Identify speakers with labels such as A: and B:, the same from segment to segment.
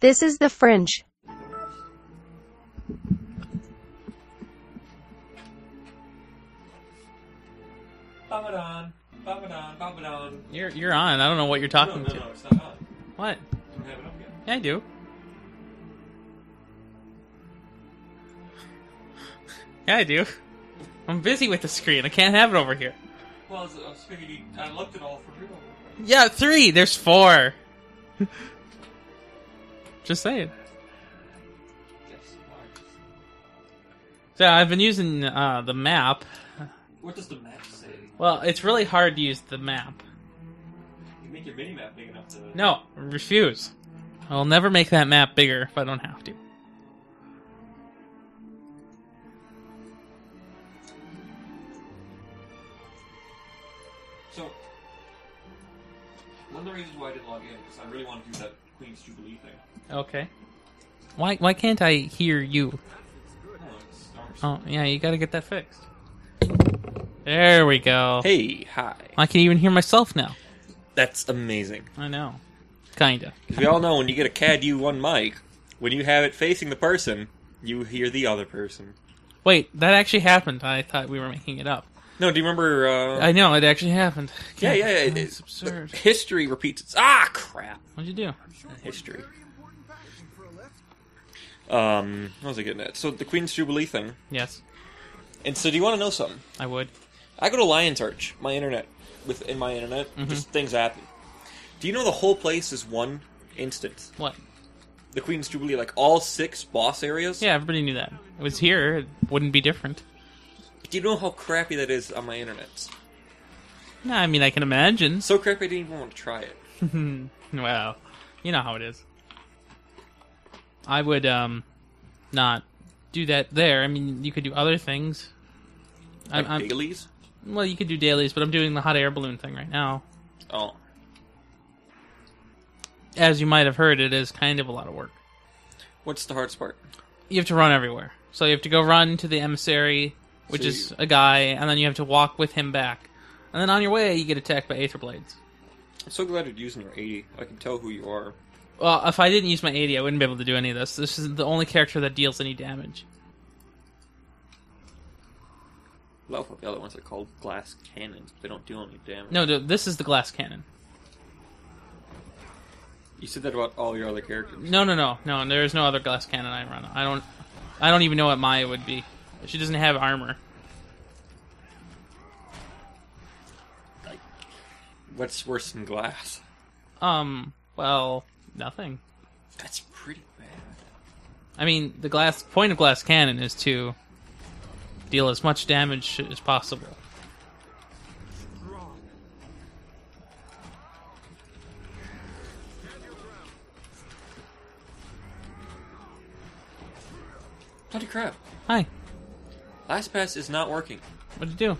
A: This is the fringe.
B: Ba-ba-don, ba-ba-don, ba-ba-don.
C: You're you're on. I don't know what you're
B: No,
C: talking
B: no,
C: to.
B: no, it's not on. I
C: What?
B: don't Oh, have it up yet.
C: Yeah, I do. Yeah, I do. I'm busy with the screen. I can't have it over here.
B: Well, I was, I was figuring you, I looked at all for real.
C: Yeah, three. There's four. Just saying.
B: Yes, why?
C: So I've been using uh, the map.
B: What does the map say?
C: Well, it's really hard to use the map.
B: You make your mini map big enough to.
C: No, refuse. I'll never make that map bigger if I don't have to.
B: So, one of the reasons why I didn't log in is I really want to do that Queen's Jubilee thing.
C: Okay. Why why can't I hear you?
B: No, it's stars.
C: Oh, yeah, you gotta get that fixed. There we go.
D: Hey, hi.
C: I can even hear myself now.
D: That's amazing.
C: I know. Kinda.
D: Because we all know when you get a CAD U1 mic, when you have it facing the person, you hear the other person.
C: Wait, that actually happened. I thought we were making it up.
D: No, do you remember? Uh,
C: I know, it actually happened.
D: yeah, yeah. It,
C: God, It's
D: it,
C: absurd.
D: history repeats. Its, ah, crap.
C: What'd you do?
D: History. Um, what was I getting at? So the Queen's Jubilee thing.
C: Yes,
D: And so, do you want to know something?
C: I would.
D: I go to Lion's Arch, my internet, with in my internet,
C: Mm-hmm.
D: just things happen. Do you know the whole place is one instance?
C: What?
D: The Queen's Jubilee, like all six boss areas.
C: Yeah, everybody knew that. It was here. It wouldn't be different.
D: Do you know how crappy that is on my internet?
C: No, I mean, I can imagine.
D: So crappy, I didn't even want to try it.
C: Well, you know how it is. I would um, not do that there. I mean, you could do other things. I'm,
D: Like
C: I'm,
D: dailies.
C: well, you could do dailies, but I'm doing the hot air balloon thing right now.
D: Oh,
C: As you might have heard, it is kind of a lot of work.
D: what's the hardest part?
C: You have to run everywhere. So you have to go run to the emissary, which
D: So
C: is
D: you-
C: a guy, and then you have to walk with him back. And then on your way, you get attacked by aether blades.
D: I'm so glad you're using your 80. I can tell who you are.
C: Well, if I didn't use my 80, I wouldn't be able to do any of this. This is the only character that deals any damage.
D: I love what the other ones are called glass cannons. They don't deal any damage.
C: No, no, this is the glass cannon.
D: You said that about all your other characters.
C: No, no, no, no. There is no other glass cannon I run. I don't. I don't even know what Maya would be. She doesn't have armor.
D: What's worse than glass?
C: Um. Well, nothing.
D: That's pretty bad.
C: I mean, the glass point of glass cannon is to deal as much damage as possible.
D: Bloody crap.
C: Hi.
D: LastPass is not working.
C: What would you do?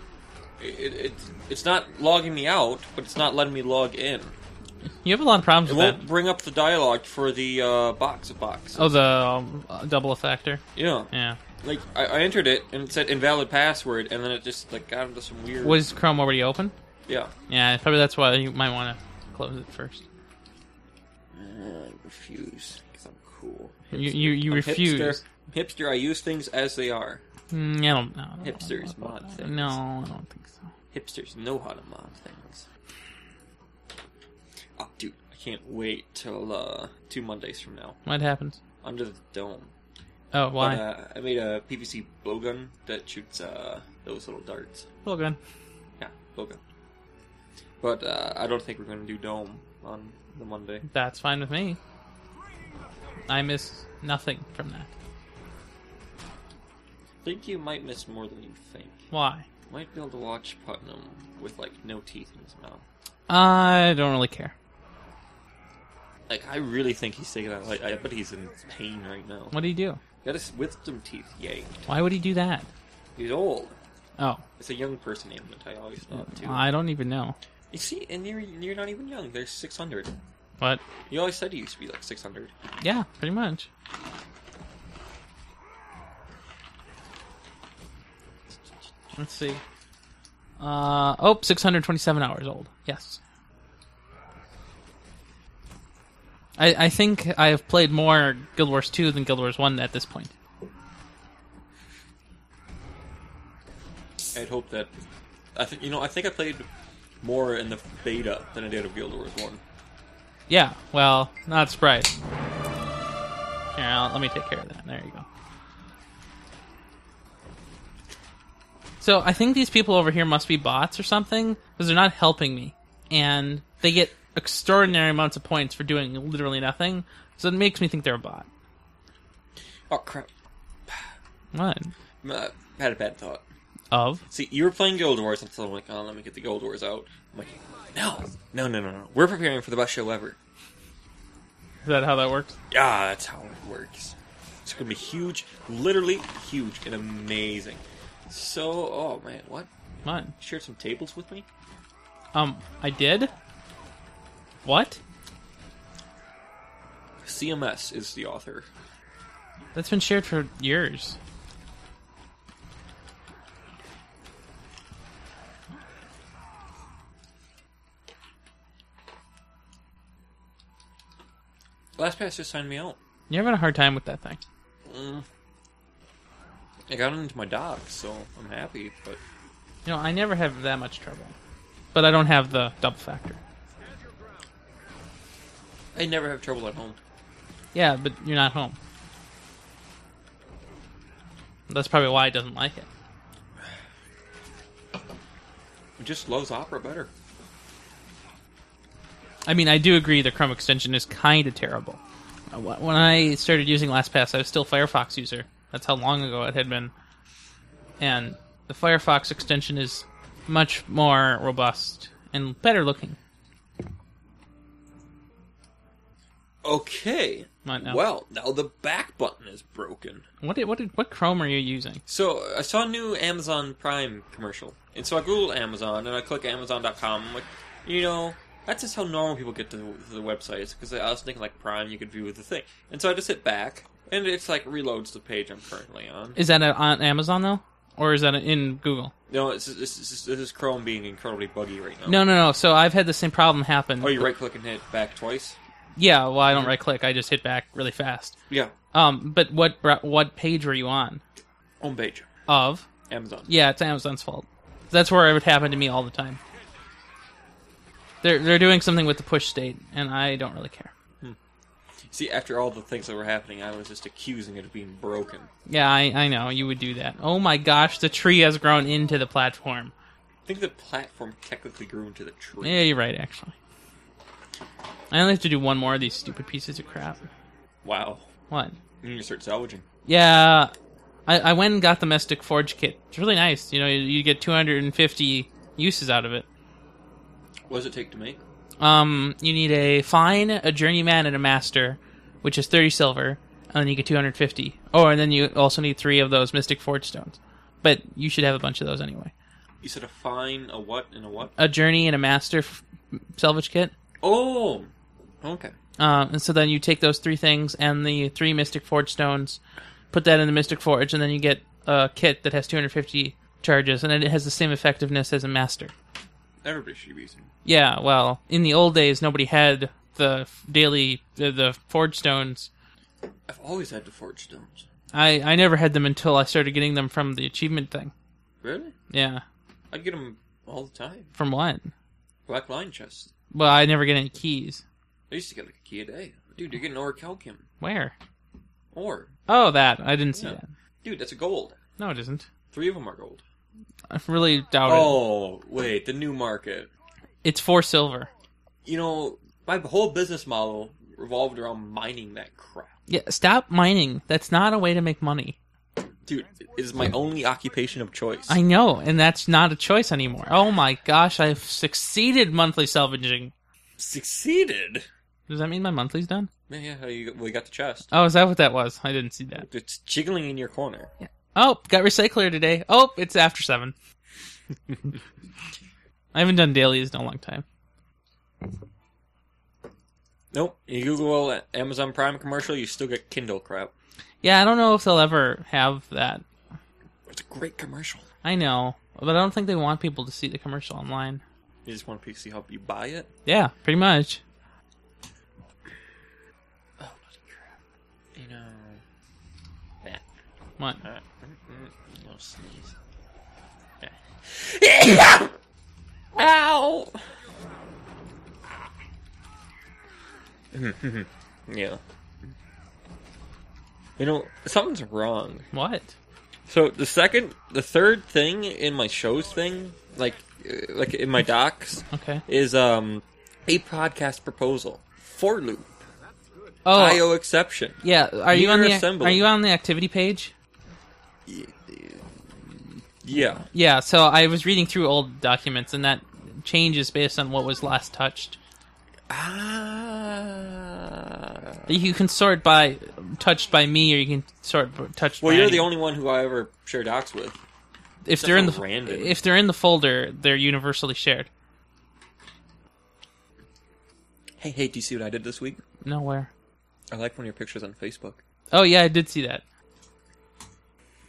D: It, it, it's- it's not logging me out, but it's not letting me log in.
C: You have a lot of problems
D: It
C: with that.
D: won't bring up the dialogue for the uh, box of boxes.
C: Oh, the um, uh, double effector.
D: Yeah.
C: Yeah.
D: Like, I, I entered it, and it said invalid password, and then it just, like, got into some weird...
C: Was Chrome already open?
D: Yeah.
C: Yeah, probably that's why you might want to close it first.
D: I refuse, because I'm cool.
C: You you, you
D: I'm
C: refuse.
D: Hipster. I'm hipster, I use things as they are.
C: Mm, I don't know.
D: Hipsters mod things.
C: No, I don't think so.
D: Hipsters know how to mod things. Oh, dude, I can't wait till, uh, two Mondays from now.
C: What happens?
D: Under the dome.
C: Oh, why?
D: But, uh, I made a PVC blowgun that shoots, uh, those little darts.
C: Well, good.
D: Yeah, blowgun. But, uh, I don't think we're gonna do dome on the Monday.
C: That's fine with me. I miss nothing from that.
D: think you might miss more than you think.
C: Why?
D: Might be able to watch Putnam with like no teeth in his mouth.
C: I don't really care.
D: Like I really think he's taking out. Like I bet he's in pain right now.
C: What do you do?
D: Got his wisdom teeth yanked.
C: Why would he do that?
D: He's old.
C: Oh,
D: It's a young person ailment. I always thought too.
C: I don't even know.
D: You see, and you're you're not even young. There's 600.
C: But
D: You always said he used to be like 600.
C: yeah, pretty much. Let's see. Uh oh, 627 hours old. Yes. I, I think I have played more Guild Wars 2 than Guild Wars 1 at this point.
D: I'd hope that. I think you know. I think I played more in the beta than I did of Guild Wars One.
C: Yeah, well, not surprised. Here, I'll, let me take care of that. There you go. So I think these people over here must be bots or something because they're not helping me, and they get extraordinary amounts of points for doing literally nothing. So it makes me think they're a bot.
D: Oh crap!
C: What
D: uh, I had a bad thought.
C: of?
D: See, you were playing Guild Wars until I'm like, oh, let me get the Guild Wars out. I'm like, no, no, no, no, no. We're preparing for the best show ever.
C: Is that how that works?
D: Yeah, Ah, that's how it works. It's gonna be huge, literally huge and amazing. So, oh man, what?
C: What?
D: Shared some tables with me?
C: Um, I did. What?
D: CMS is the author.
C: That's been shared for years.
D: LastPass just signed me out.
C: You're having a hard time with that thing.
D: Mm. I got into my dock, so I'm happy. But
C: You know, I never have that much trouble, but I don't have the double factor.
D: I never have trouble at home.
C: Yeah, but you're not home. That's probably why it doesn't like it.
D: It just loves opera better.
C: I mean, I do agree the Chrome extension is kind of terrible. Uh, wh- When I started using LastPass, I was still a Firefox user. That's how long ago it had been. And the Firefox extension is much more robust and better looking.
D: Okay.
C: Not now.
D: Well, now the back button is broken.
C: What did, what did, what Chrome are you using?
D: So I saw a new Amazon Prime commercial, and so I googled Amazon and I click Amazon.com. I'm like, you know, that's just how normal people get to the, to the websites because I was thinking like Prime, you could view the thing, and so I just hit back, and it's like reloads the page I'm currently on.
C: Is that a- on Amazon though, or is that in Google?
D: No, it's, it's, it's, this is Chrome being incredibly buggy right now.
C: No, no, no. So I've had the same problem happen.
D: Oh, you right click and hit back twice.
C: Yeah, well, I don't right click. I just hit back really fast.
D: Yeah,
C: Um, but what br- what page were you on?
D: home page,
C: Of
D: Amazon.
C: yeah, it's Amazon's fault. That's where it would happen to me all the time. They're they're doing something with the push state, and I don't really care.
D: See, after all the things that were happening, I was just accusing it of being broken.
C: Yeah, I I know you would do that. Oh my gosh, the tree has grown into the platform.
D: I think the platform technically grew into the tree.
C: Yeah, you're right. Actually, I only have to do one more of these stupid pieces of crap.
D: Wow.
C: What?
D: You need to start salvaging.
C: Yeah, I, I went and got the Mystic Forge kit. It's really nice. You know, you, you get 250 uses out of it.
D: What does it take to make?
C: Um, you need a fine, a journeyman, and a master, which is 30 silver, and then you get 250. Oh, and then you also need three of those Mystic Forge stones. But you should have a bunch of those anyway.
D: You said a fine, a what, and a what?
C: A journey and a master f- salvage kit.
D: Oh, okay.
C: Um, and so then you take those three things and the three Mystic Forge stones, put that in the Mystic Forge, and then you get a kit that has 250 charges, and it has the same effectiveness as a master.
D: Everybody should be using.
C: Yeah, well, in the old days, nobody had the f- daily the, the forge stones.
D: I've always had the forge stones.
C: I I never had them until I started getting them from the achievement thing.
D: Really?
C: Yeah,
D: I get them all the time.
C: from what?
D: Black line chest.
C: Well, I never get any keys.
D: I used to get like a key a day. Dude, you're getting or Kelkim.
C: Where?
D: Or,
C: Oh, that I didn't see
D: Yeah.
C: that.
D: dude, that's a gold.
C: No, it isn't.
D: Three of them are gold.
C: I really doubt it.
D: Oh, wait, the new market.
C: It's four silver.
D: You know, my whole business model revolved around mining that crap.
C: Yeah, stop mining. That's not a way to make money.
D: Dude, it is my only occupation of choice.
C: I know, and that's not a choice anymore. Oh my gosh, I've succeeded monthly salvaging.
D: succeeded.
C: Does that mean my monthly's done?
D: Yeah, yeah, you, we got the chest.
C: Oh, is that what that was? I didn't see that.
D: It's jiggling in your corner.
C: Oh, got recycler today. Oh, it's after seven. I haven't done dailies in a long time.
D: Nope. You Google a- Amazon Prime commercial, you still get Kindle crap.
C: Yeah, I don't know if they'll ever have that.
D: It's a great commercial.
C: I know, but I don't think they want people to see the commercial online.
D: You just want to see how you buy it.
C: Yeah, pretty much. What?
D: Uh, mm, mm, no sneeze. Okay. Ow! yeah. You know, something's wrong.
C: What?
D: So the second, the third thing in my shows thing, like, uh, like in my docs,
C: Okay.
D: is um a podcast proposal for loop
C: Oh,
D: IO exception.
C: yeah. Are you on
D: Near
C: the
D: assembly.
C: Are you on the activity page?
D: Yeah.
C: Yeah. So I was reading through old documents, and that change is based on what was last touched.
D: Ah.
C: You can sort by touched by me, or you can sort b- touched.
D: Well,
C: by
D: you're the
C: any-
D: only one who I ever share docs with.
C: If they're in the
D: That's random.
C: if they're in the folder, they're universally shared.
D: Hey, hey, do you see what I did this week?
C: Nowhere.
D: I like one of your pictures on Facebook.
C: Oh yeah, I did see that.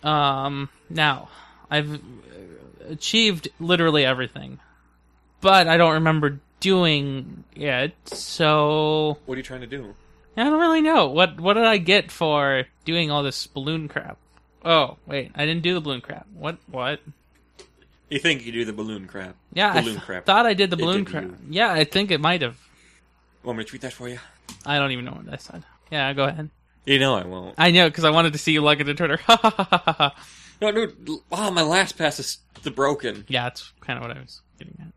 C: Um, now I've uh, achieved literally everything, but I don't remember doing it. So
D: What are you trying to do?
C: I don't really know what what did I get for doing all this balloon crap. Oh wait, I didn't do the balloon crap. What what?
D: You think you do the balloon crap?
C: Yeah, I
D: balloon
C: th-
D: crap.
C: thought I did the
D: It
C: balloon
D: did
C: crap.
D: you.
C: Yeah, I think it might have.
D: Want me to tweet that for you?
C: I don't even know what I said. Yeah, go ahead.
D: You know I won't.
C: I know because I wanted to see you log into Twitter. yeah,
D: No, no. l- Ah, my last pass is the broken.
C: that's kind of what I was getting at.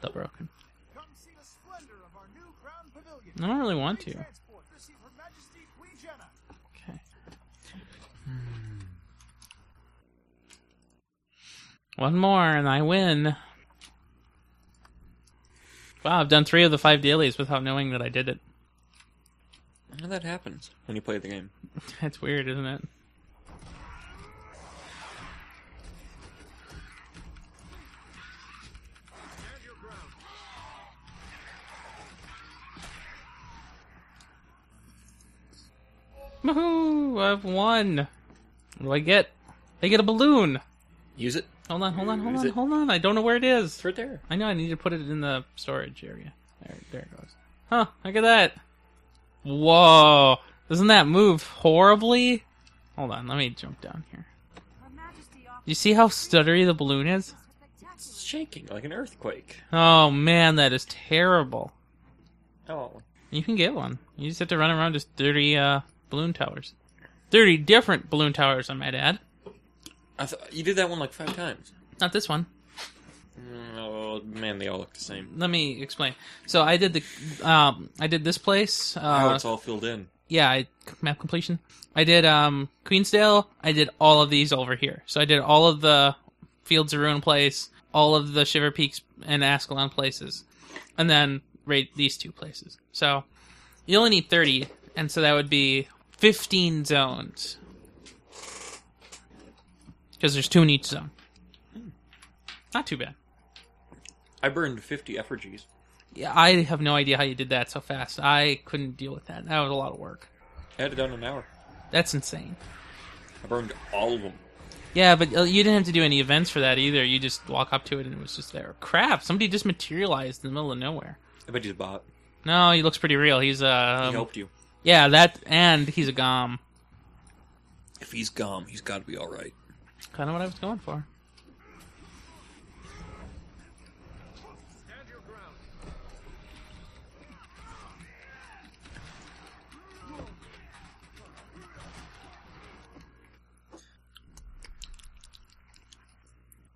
C: The broken.
A: Come see the splendor of our new crown pavilion.
C: I don't really want to.
A: Transport to see Her Majesty Queen Jenna.
C: Okay. One more and I win. Wow, I've done three of the five dailies without knowing that I did it.
D: How that happens when you play the game?
C: That's weird, isn't it? Woohoo! I've won! What do I get? I get a balloon!
D: Use it.
C: Hold on, hold on, hold
D: Is
C: on,
D: it-
C: hold on. I don't know where it is.
D: It's right there.
C: I know I need to put it in the storage area. There, there it goes. Huh, look at that. Whoa. Doesn't that move horribly? Hold on, let me jump down here. You see how stuttery the balloon is?
D: It's shaking like an earthquake.
C: Oh man, that is terrible.
D: Oh.
C: You can get one. You just have to run around just 30 uh, balloon towers. 30 different balloon towers, I might add.
D: I th- you did that one like five times.
C: Not this one.
D: Mm, Oh man, they all look the same.
C: Let me explain. So I did the, um, I did this place. Uh,
D: Oh, it's all filled in.
C: yeah, I, map completion. I did um Queensdale. I did all of these over here. So I did all of the Fields of Ruin place, all of the Shiver Peaks and Ascalon places, and then rate these two places. So you only need thirty, and so that would be fifteen zones because there's two in each zone. Not too bad.
D: I burned fifty effigies.
C: Yeah, I have no idea how you did that so fast. I couldn't deal with that. That was a lot of work.
D: I had it done in an hour.
C: That's insane.
D: I burned all of them.
C: Yeah, but uh, you didn't have to do any events for that either. You just walk up to it and it was just there. Crap! Somebody just materialized in the middle of nowhere.
D: I bet he's a bot.
C: No, he looks pretty real. He's
D: He
C: uh,
D: helped you.
C: yeah, that and he's a gom.
D: If he's gone, he's got to be all right.
C: Kind of what I was going for.
A: Stand your ground.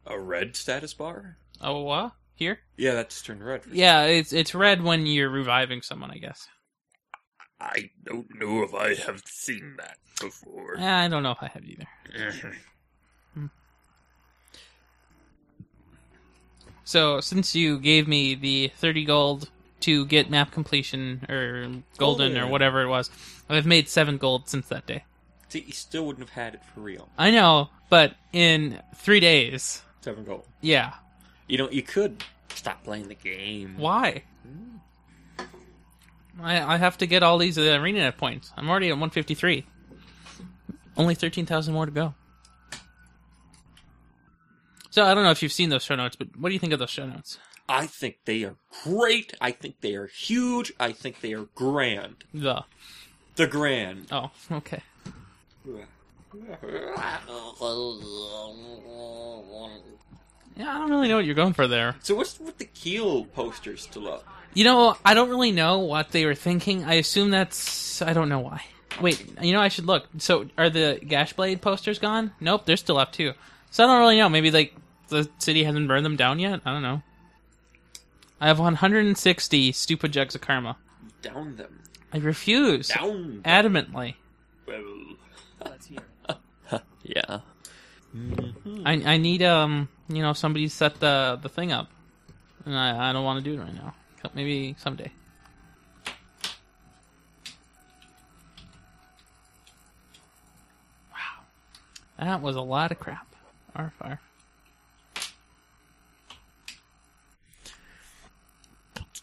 D: A red status bar?
C: Oh, what? Here?
D: Yeah, that's turned red.
C: Yeah, it's it's red when you're reviving someone, I guess.
D: I don't know if I have seen that before.
C: Eh, I don't know if I have either.
D: Uh.
C: So since you gave me the thirty gold to get map completion or golden
D: yeah.
C: or whatever it was, I've made seven gold since that day.
D: See, he still wouldn't have had it for real.
C: I know, but in three days,
D: Seven gold.
C: yeah.
D: You know, you could stop playing the game.
C: Why? I, I have to get all these uh, arena net points. I'm already at 153. Only 13,000 more to go. So I don't know if you've seen those show notes, but what do you think of those show notes?
D: I think they are great. I think they are huge. I think they are grand.
C: The
D: The grand.
C: oh okay. Yeah, I don't really know what you're going for there.
D: So what's with the keel posters still up?
C: You know, I don't really know what they were thinking. I assume that's. I don't know why. Wait, you know, I should look. So, are the Gashblade posters gone? Nope, they're still up too. So I don't really know. Maybe like the city hasn't burned them down yet. I don't know. I have 160 stupid jugs of karma.
D: Down them.
C: I refuse
D: Down.
C: adamantly.
D: Well,
E: Let's hear. it.
D: yeah.
C: I I need um you know somebody to set the the thing up, and I I don't want to do it right now. So Maybe someday. Wow, that was a lot of crap. Our fire.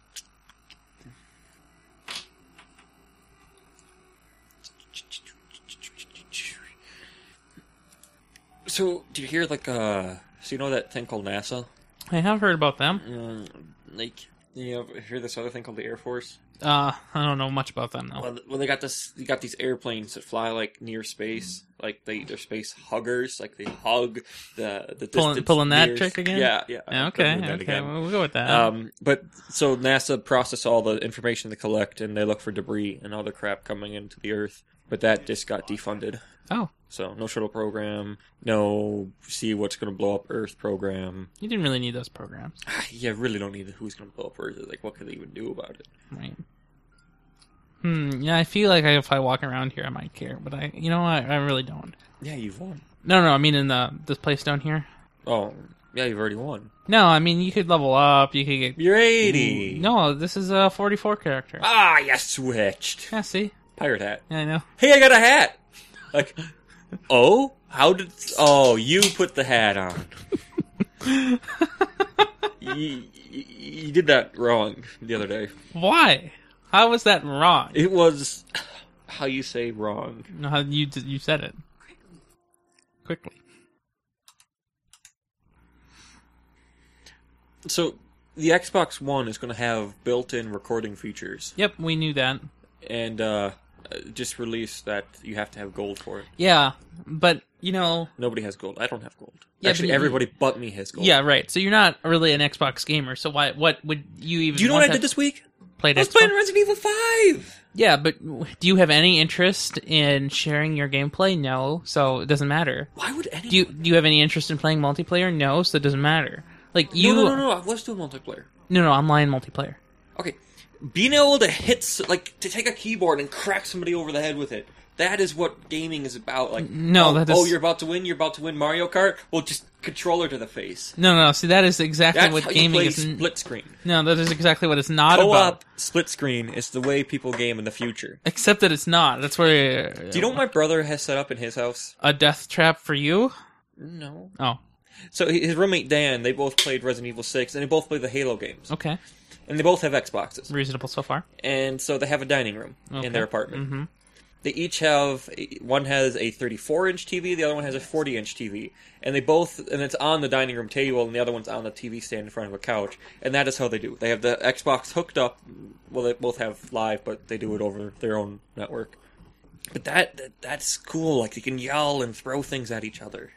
D: So, do you hear like uh? So you know that thing called NASA?
C: I have heard about them.
D: Mm, like you know, hear this other thing called the Air Force?
C: Uh, I don't know much about them though.
D: Well, th- well, they got this. They got these airplanes that fly like near space,
C: Mm-hmm.
D: like they they're space huggers, like they hug the the
C: Pulling-
D: distance
C: pulling that
D: near-
C: trick again?
D: Yeah, yeah.
C: Yeah,
D: I'm
C: okay,
D: gonna do that
C: okay,
D: again.
C: well, we'll go with that.
D: Um, but so NASA process all the information they collect, and they look for debris and other crap coming into the Earth. But that just got defunded.
C: oh,
D: So no shuttle program, no see what's going to blow up Earth program.
C: you didn't really need those programs,
D: yeah, really don't need the who's going to blow up Earth. Like, what can they even do about it?
C: right? Hmm. Yeah, I feel like I, if I walk around here, I might care, but I, you know, I, I really don't.
D: Yeah, you've won.
C: No, no, I mean in the this place down here.
D: Oh, yeah, you've already won.
C: No, I mean you could level up. You could get.
D: You're eighty.
C: No, this is a forty-four character.
D: Ah, you switched.
C: Yeah, see,
D: Pirate hat.
C: yeah, I know.
D: Hey, I got a hat. Like, oh, how did? Oh, you put the hat on. you, you, you did that wrong the other day.
C: Why? How was that wrong?
D: It was how you say wrong.
C: No, how you d- you said it quickly.
D: So the Xbox One is going to have built-in recording features,
C: Yep, we knew that.
D: and uh, just released that you have to have gold for it.
C: Yeah, but you know,
D: Nobody has gold. I don't have gold.
C: Yeah,
D: Actually,
C: but you-
D: everybody but me has gold.
C: yeah, right. So you're not really an Xbox gamer. So why? What would you even?
D: Do you know
C: want
D: what I
C: to
D: did this week?
C: Play
D: I was
C: Xbox?
D: playing Resident Evil Five.
C: Yeah, but w- do you have any interest in sharing your gameplay? No, so it doesn't matter.
D: Why would anyone?
C: Do you do you have any interest in playing multiplayer? No, so it doesn't matter. Like you,
D: No, no, no, no. Let's do multiplayer.
C: no, no, online multiplayer.
D: Okay, being able to hit, s- like, to take a keyboard and crack somebody over the head with it—that is what gaming is about. Like,
C: No,
D: oh,
C: that
D: oh,
C: is-
D: you're about to win. You're about to win Mario Kart. Well, just controller to the face.
C: No, no, see that is exactly
D: That's
C: what
D: how
C: gaming
D: you
C: is.
D: play
C: n-
D: split screen.
C: No, that is exactly what it's not about.
D: Co-op split screen is the way people game in the future.
C: Except that it's not. That's where
D: Do you know what my brother has set up in his house?
C: a death trap for you.
D: No.
C: Oh,
D: So he- his roommate Dan, they both played Resident Evil Six, and they both play the Halo games,
C: okay,
D: and they both have Xboxes,
C: reasonable so far.
D: and so they have a dining room
C: Okay.
D: in their apartment.
C: hmm
D: they each have a, one has a 34 inch TV, the other one has a 40 inch TV, and they both and it's on the dining room table, and the other one's on the TV stand in front of a couch, and that is how they do. it. They have the Xbox hooked up. Well, they both have live, but they do it over their own network. But that, that that's cool. Like they can yell and throw things at each other.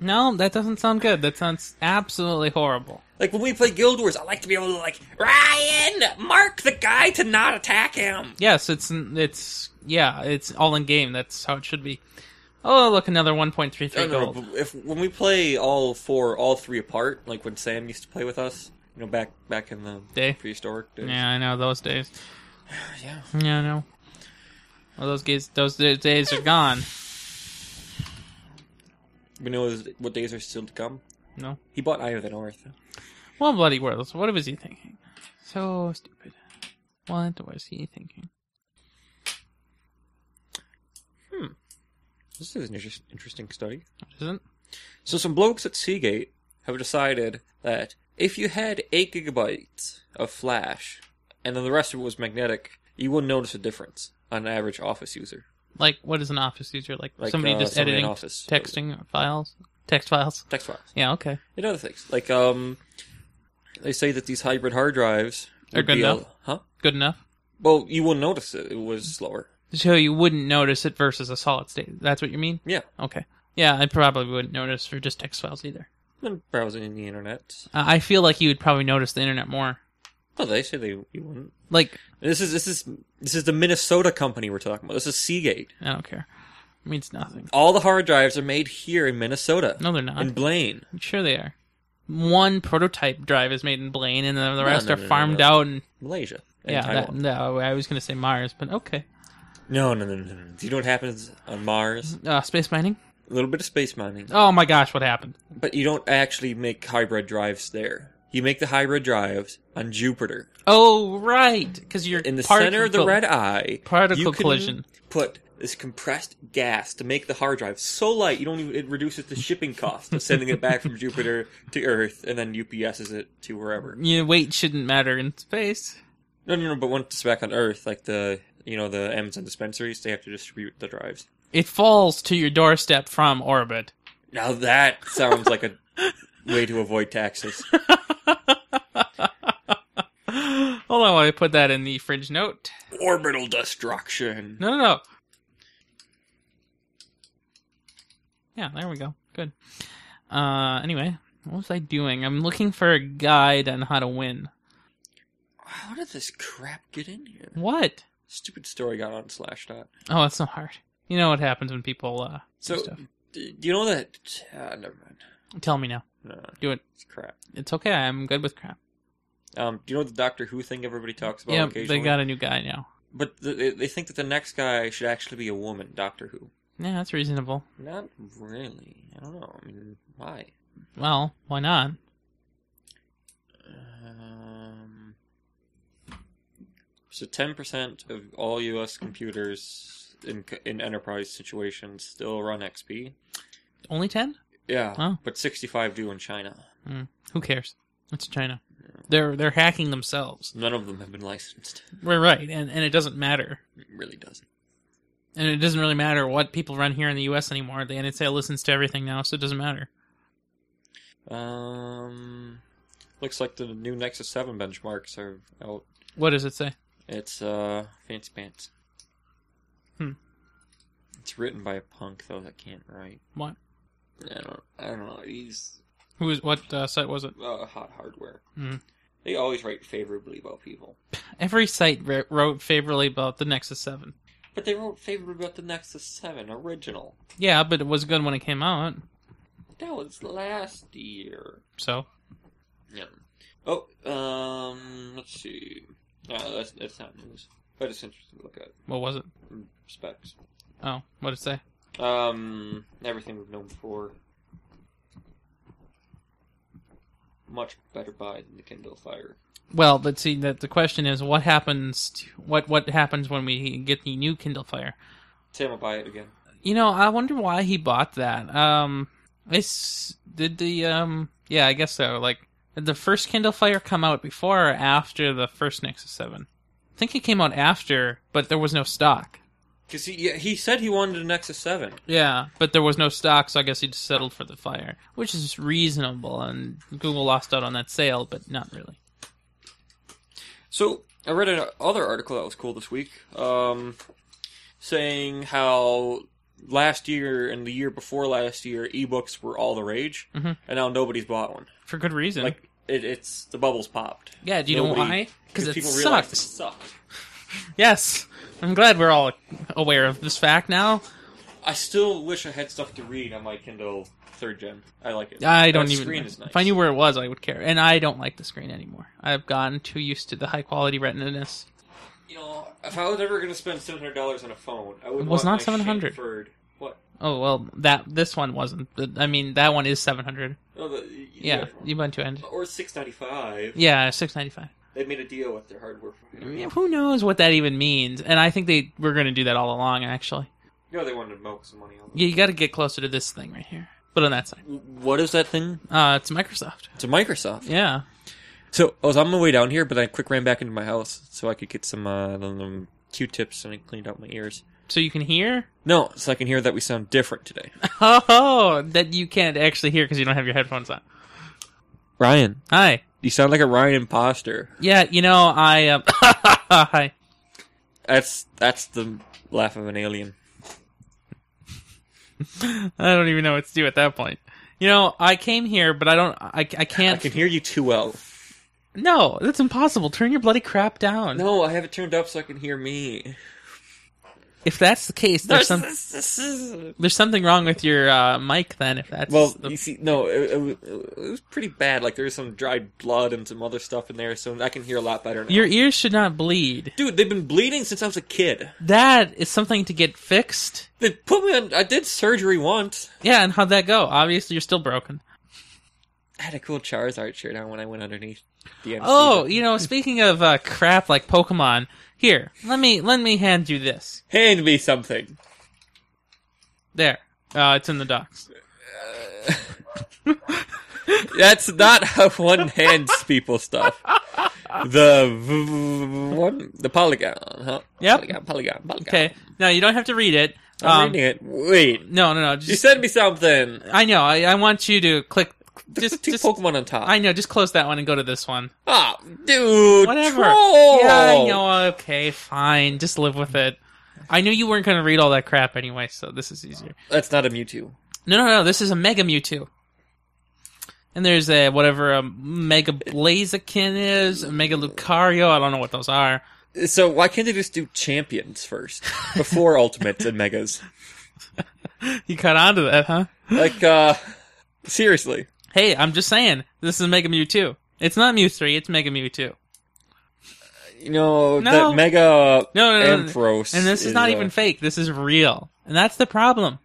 C: No, that doesn't sound good. That sounds absolutely horrible.
D: Like when we play Guild Wars, I like to be able to like Ryan mark the guy to not attack him.
C: Yes, it's it's yeah, it's all in game. That's how it should be. Oh, look, another one point
D: I
C: three three
D: don't know,
C: gold.
D: but if when we play all four, all three apart, like when Sam used to play with us, you know, back back in the
C: Day.
D: prehistoric days.
C: Yeah, I know those days.
D: Yeah.
C: Yeah, I know. Well, those days, those da- days are gone.
D: We know is- what days are still to come.
C: No,
D: He bought Eye of the North.
C: well, bloody worthless. What was he thinking? So stupid. What was he thinking?
D: This is an inter- interesting study.
C: Isn't
D: So some blokes at Seagate have decided that if you had eight gigabytes of flash, and then the rest of it was magnetic, you wouldn't notice a difference on an average office user.
C: like what is an office user like?
D: Like,
C: somebody
D: uh,
C: just
D: somebody in
C: editing,
D: office.
C: texting files, text files.
D: Text files.
C: Yeah, okay.
D: and other things. Like um, they say that these hybrid hard drives
C: They're
D: would be
C: good
D: a-
C: enough?
D: huh?
C: Good enough.
D: Well, you wouldn't notice it. It was slower.
C: So you wouldn't notice it versus a solid state. That's what you mean?
D: Yeah.
C: Okay. Yeah, I probably wouldn't notice for just text files either.
D: When browsing the internet.
C: Uh, I feel like you would probably notice the internet more.
D: No, they say they you wouldn't.
C: Like,
D: This is this is this is the Minnesota company we're talking about. This is Seagate.
C: I don't care. It means nothing.
D: All the hard drives are made here in Minnesota.
C: No, they're not.
D: In Blaine.
C: I'm sure they are. One prototype drive is made in Blaine, and then the rest
D: no,
C: are
D: no, no,
C: farmed
D: no.
C: out. And
D: Malaysia. And
C: yeah, that,
D: Taiwan.
C: no, I was going to say Mars, but okay.
D: No, no, no, no, no. Do you know what happens on Mars?
C: Uh, space mining.
D: A little bit of space mining.
C: Oh my gosh, what happened?
D: But you don't actually make hybrid drives there. You make the hybrid drives on Jupiter.
C: Oh right, because you're
D: In the
C: particle-
D: center of the red eye,
C: particle
D: you can
C: collision.
D: Put this compressed gas to make the hard drive so light you don't even it reduces the shipping cost of sending it back from Jupiter to Earth and then UPSs it to wherever.
C: Yeah, weight shouldn't matter in space.
D: No, no, no. But once it's back on Earth, like the you know the Amazon dispensaries, they have to distribute the drives.
C: It falls to your doorstep from orbit.
D: Now that sounds like a way to avoid taxes.
C: Hold on, while I put that in the fringe note.
D: Orbital destruction.
C: No, no, no. Yeah, there we go. Good. Uh, anyway, what was I doing? I'm looking for a guide on how to win.
D: How did this crap get in here?
C: What?
D: Stupid story got on Slashdot.
C: Oh, that's so hard. You know what happens when people uh,
D: So,
C: do stuff.
D: d- do you know that? Uh, never mind.
C: Tell me now.
D: No,
C: Do it.
D: it's crap.
C: It's okay. I'm good with crap.
D: Um, do you know the Doctor Who thing everybody talks about?
C: Yeah,
D: occasionally?
C: they got a new guy now.
D: But the, they- they think that the next guy should actually be a woman. Doctor Who.
C: Yeah, that's reasonable.
D: Not really. I don't know. I mean, why?
C: Well, why not?
D: Um, so ten percent of all U.S. computers in in enterprise situations still run XP.
C: Only 10?
D: Yeah,
C: Oh.
D: but sixty-five do in China.
C: Who cares? It's China. They're they're hacking themselves.
D: None of them have been licensed.
C: We're right, and, and it doesn't matter.
D: It really doesn't.
C: And it doesn't really matter what people run here in the US anymore. The NSA listens to everything now, so it doesn't matter.
D: Um, looks like the new Nexus Seven benchmarks are out.
C: What does it say?
D: It's uh fancy pants.
C: Hmm.
D: It's written by a punk though that can't write.
C: What?
D: I don't. I don't know. He's
C: Who is what uh, site was it?
D: uh, hot hardware.
C: Mm.
D: They always write favorably about people,
C: Every site re- wrote favorably about the Nexus 7.
D: but they wrote favorably about the Nexus Seven original.
C: Yeah, but it was good when it came out.
D: That was last year.
C: So,
D: Yeah. Oh, um, let's see. No, that's that's not news, but it's interesting to look at Mm,
C: what was it?
D: specs.
C: Oh, what did it say?
D: Um, everything we've known before. Much better buy than the Kindle Fire.
C: Well, but see that the question is what happens to, what what happens when we get the new Kindle Fire?
D: Sam will buy it again.
C: You know, I wonder why he bought that. Um, it's did the um, yeah, I guess so. Like, did the first Kindle Fire come out before or after the first Nexus Seven? I think it came out after, but there was no stock.
D: Cause he yeah, he said he wanted a Nexus Seven.
C: Yeah, but there was no stock, so I guess he just settled for the Fire, which is reasonable. And Google lost out on that sale, but not really.
D: So I read another article that was cool this week, um, saying how last year and the year before last year, ebooks were all the rage,
C: Mhm.
D: and now nobody's bought one.
C: For good reason.
D: Like it, it's the bubbles popped
C: yeah, do you know
D: nobody-
C: why? Because it
D: people
C: sucks.
D: realized it sucked.
C: Yes, I'm glad we're all aware of this fact now.
D: I still wish I had stuff to read on my Kindle third gen. I like it.
C: I don't
D: That
C: even.
D: Screen is nice.
C: If I knew where it was, I would care. And I don't like the screen anymore. I've gotten too used to the high quality retina-ness.
D: you know, if I was ever going to spend seven hundred dollars on a phone, I would.
C: It was
D: want
C: not
D: my shit
C: 700.
D: furred. What?
C: Oh well, that this one wasn't. But, I mean, that one is seven hundred.
D: Oh, the, you
C: Yeah,
D: got-
C: Ubuntu end.
D: Or six ninety five.
C: Yeah, six ninety five.
D: They made a deal with their hardware.
C: Who knows what that even means? And I think they were going to do that all along. Actually,
D: No, they wanted to milk some money on
C: yeah, you got to get closer to this thing right here. But on that side,
D: What is that thing?
C: uh, it's Microsoft.
D: To Microsoft.
C: Yeah,
D: So I was on my way down here, but I quick ran back into my house so I could get some uh, um, Q-tips and I cleaned out my ears.
C: so you can hear.
D: No, so I can hear that we sound different today.
C: Oh, that you can't actually hear because you don't have your headphones on.
D: Ryan,
C: Hi.
D: you sound like a Ryan imposter.
C: Yeah, you know, I um, hi.
D: That's that's the laugh of an alien.
C: I don't even know what to do at that point. You know, I came here, but I don't. I, I
D: I
C: can't.
D: can hear you too well.
C: no, that's impossible. Turn your bloody crap down.
D: No, I have it turned up so I can hear me.
C: If that's the case, there's some
D: This- this is-
C: there's something wrong with your uh, mic. Then, if that's
D: Well,
C: the-
D: you see, no, it, it, was- it was pretty bad. Like there was some dried blood and some other stuff in there, so I can hear a lot better now.
C: your ears should not bleed.
D: Dude, they've been bleeding since I was a kid.
C: That is something to get fixed.
D: They put me on. I did surgery once.
C: Yeah, and how'd that go? Obviously, you're still broken.
D: I had a cool Charizard shirt on when I went underneath the anesthesia.
C: Oh, you know, speaking of uh, crap like Pokemon, here, let me let me hand you this.
D: hand me something.
C: There, uh, it's in the docks.
D: That's not how one hands people stuff. The v- v- v- one, the polygon, huh?
C: Yep.
D: Polygon, polygon, polygon.
C: Okay, now you don't have to read it.
D: I'm
C: Um,
D: reading it. Wait,
C: no, no, no.
D: you
C: Just,
D: sent me something.
C: I know. I, I want you to click.
D: Just
C: Just,
D: two
C: just
D: Pokemon on top.
C: I know. Just close that one and go to this one.
D: Ah, dude.
C: Whatever.
D: troll.
C: Yeah, I know. Okay, fine. Just live with it. I knew you weren't going to read all that crap anyway, so this is easier.
D: That's not a Mewtwo.
C: No, no, no. This is a Mega Mewtwo. And there's a whatever a Mega Blaziken is, a Mega Lucario. I don't know what those are.
D: So why can't they just do champions first before ultimates and megas?
C: You caught on to that, huh?
D: Like, uh, seriously.
C: Hey, I'm just saying. This is Mega Mewtwo. It's not Mew three. It's Mega Mewtwo.
D: You know,
C: No.
D: that mega
C: No, no, no, no.
D: Ampharos.
C: And this is not
D: uh,
C: even fake. This is real. And that's the problem.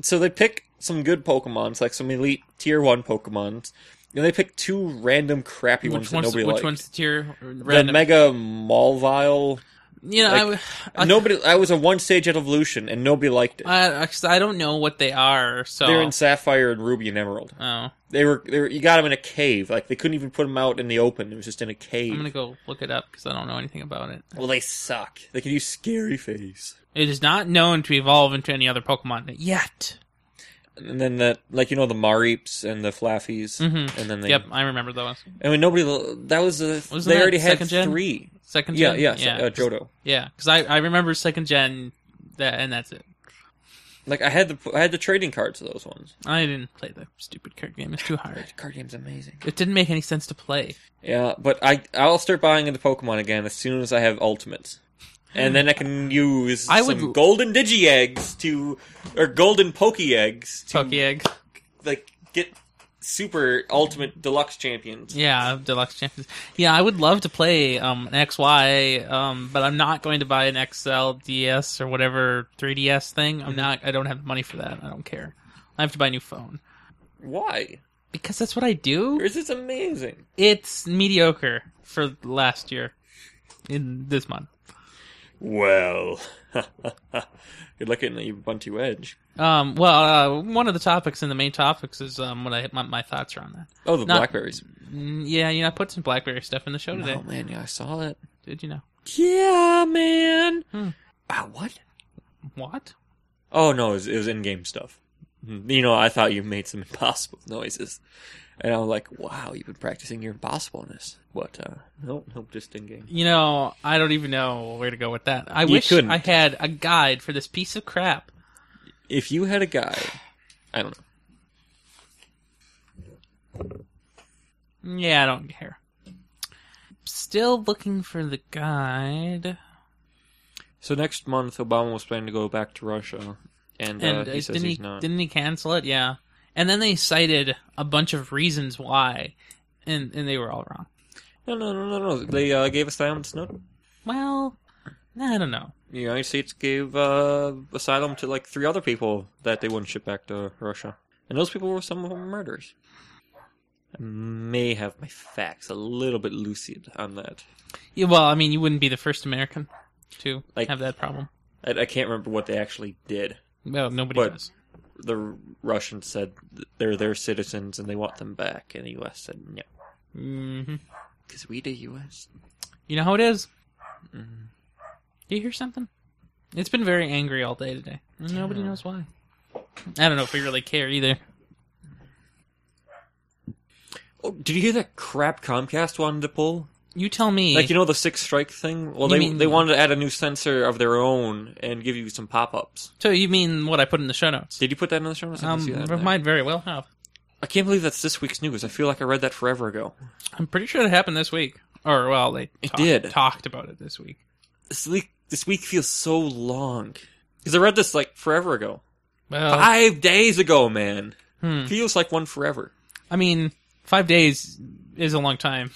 D: so they pick some good Pokemons, like some elite tier one Pokemons, and they pick two random crappy ones
C: Which
D: that
C: one's,
D: nobody
C: which
D: liked.
C: one's tier
D: the
C: random?
D: Mega Malvile.
C: you know,
D: like,
C: I w- I,
D: Nobody. I was a one stage evolution, and nobody liked it.
C: I, 'cause I don't know what they are. So
D: They're in Sapphire and Ruby and Emerald.
C: oh,
D: They were, they were. You got them in a cave. Like they couldn't even put them out in the open. It was just in a cave.
C: I'm gonna go look it up because I don't know anything about it.
D: Well, they suck. They can use Scary Face.
C: It is not known to evolve into any other Pokemon yet.
D: And then that, like you know, the Mareeps and the Flaffies,
C: Mhm.
D: and then they,
C: Yep, I remember those.
D: I mean, nobody. That was a,
C: Wasn't
D: they
C: that
D: already had
C: second gen?
D: three.
C: Second
D: Yeah,
C: gen,
D: yeah,
C: yeah,
D: Uh, Johto.
C: yeah. Because I, I remember second gen, that and that's it.
D: Like I had the I had the trading cards of those ones.
C: I didn't play the stupid card game. It's too hard.
D: Card game's amazing.
C: It didn't make any sense to play.
D: Yeah, but I I'll start buying into Pokemon again as soon as I have ultimates. And then I can use
C: I
D: some
C: would-
D: golden digi eggs to or golden pokey eggs to
C: Poke egg.
D: like get super ultimate deluxe champions.
C: Yeah, deluxe champions. Yeah, I would love to play um, an XY, um, but I'm not going to buy an XL DS or whatever 3DS thing. I'm not. I don't have the money for that. I don't care. I have to buy a new phone
D: Why?
C: because that's what I do.
D: Yours is amazing.
C: It's mediocre for last year, in this month.
D: Well, good luck getting a Ubuntu Edge.
C: Um, well, uh, one of the topics and the main topics is um, what I my, my thoughts are on that.
D: Oh, the
C: Not-
D: blackberries.
C: Mm, yeah, you know, I put some BlackBerry stuff in the show today.
D: Oh man, yeah, I saw that.
C: Did you know
D: Yeah, man.
C: Hmm.
D: Ah, what?
C: what?
D: Oh no, it was, it was in-game stuff. Mm-hmm. You know, I thought you made some impossible noises, and I was like, "Wow, you've been practicing your impossibleness." But uh, nope, nope, just in-game.
C: You know, I don't even know where to go with that. I
D: You
C: wish
D: couldn't.
C: I had a guide for this piece of crap.
D: If you had a guy, I don't know.
C: Yeah, I don't care. Still looking for the guide.
D: Uh, So next month, Obama was planning to go back to Russia, and,
C: And
D: uh,
C: uh,
D: he says
C: didn't
D: he's
C: he
D: not.
C: didn't he cancel it? Yeah. And then they cited a bunch of reasons why, and and they were all wrong.
D: No, no, no, no, no. They uh, gave asylum to Snowden.
C: Well, I don't know.
D: The United States gave uh, asylum to like three other people that they wouldn't ship back to Russia, and those people were some of them murderers. I may have my facts a little bit lucid on that.
C: Yeah, well, I mean, you wouldn't be the first American to
D: Like-
C: have that problem.
D: I, I can't remember what they actually did.
C: Well, nobody
D: But-
C: does.
D: The R- Russians said th- they're their citizens and they want them back, and the U.S. said no.
C: hmm
D: Because we the U.S.
C: You know how it is.
D: Mhm.
C: You hear something? It's been very angry all day today. Nobody
D: Yeah.
C: knows why. I don't know if we really care either.
D: Oh, did you hear that crap Comcast wanted to pull?
C: You tell me.
D: Like you know the six strike thing. Well,
C: You
D: they
C: mean-
D: they wanted to add a new sensor of their own and give you some pop ups.
C: so you mean what I put in the show notes?
D: Did you put that in the show notes? I didn't
C: Um,
D: see that in there.
C: might very well have.
D: I can't believe that's this week's news. I feel like I read that forever ago.
C: I'm pretty sure it happened this week. Or well, they
D: It
C: talk-
D: did.
C: talked about it this week.
D: This week this week feels so long because I read this like forever ago,
C: Well, I,
D: five days ago, man.
C: Oh. Hmm.
D: Feels like one forever.
C: mean, five days is a long time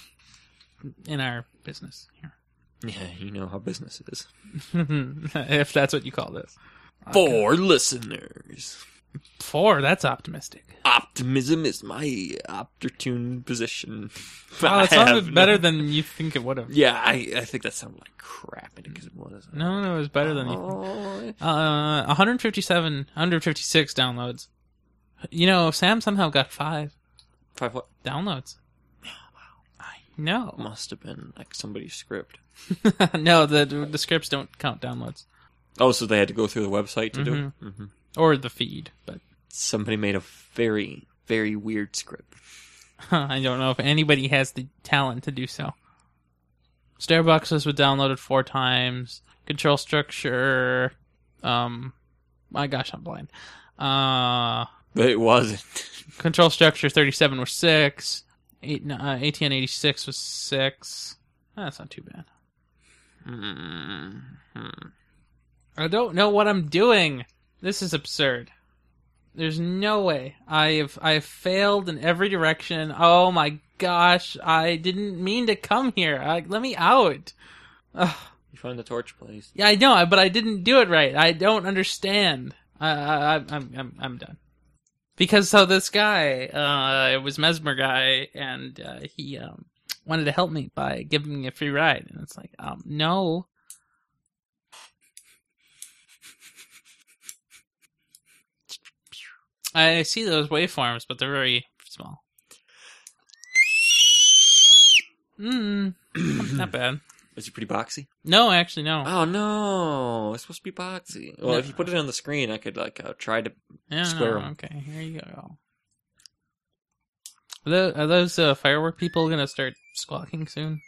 C: in our business here,
D: Yeah, you know how business is.
C: if that's what you call this.
D: For listeners,
C: Four, that's optimistic.
D: optimism is my opportune position.
C: Oh, it
D: I have
C: sounded
D: no-
C: better than you think it would have.
D: Yeah, I, I think that sounded like crap because it wasn't.
C: No, no, it was better than you. think.
D: Oh,
C: Uh, 157, 156 downloads. You know, Sam somehow got five
D: Five what
C: downloads. I know.
D: must have been like somebody's script.
C: no, the the scripts don't count downloads
D: Oh, so they had to go through the website to do
C: Mm-hmm.
D: it. hmm
C: or the feed, but
D: Somebody made a very very weird script.
C: I don't know if anybody has the talent to do so. Starbucks was downloaded four times. Control structure. Um, my gosh, I'm blind. Uh,
D: But it wasn't.
C: Control Structure 37 were 6. Eight, uh, ATN 86 was 6. Ah, That's not too bad. Hmm, I don't know what I'm doing. This is absurd. There's no way. I have I have failed in every direction. Oh my gosh! I didn't mean to come here. I, let me out.
D: You find the torch, please.
C: Yeah, I know, I- but I didn't do it right. I don't understand. I, I, I- I'm, I'm, I'm done. Because so this guy, uh, it was Mesmer guy, and uh, he um, wanted to help me by giving me a free ride, and it's like, um, no. I see those waveforms, but they're very small. Mm, not bad.
D: Is it pretty boxy?
C: No, actually, no.
D: Oh no, it's supposed to be boxy. Well, if you put it on the screen, I could like uh, try to.
C: Yeah,
D: Square 'em.
C: Okay, here you go. Are those, are those uh, firework people gonna start squawking soon?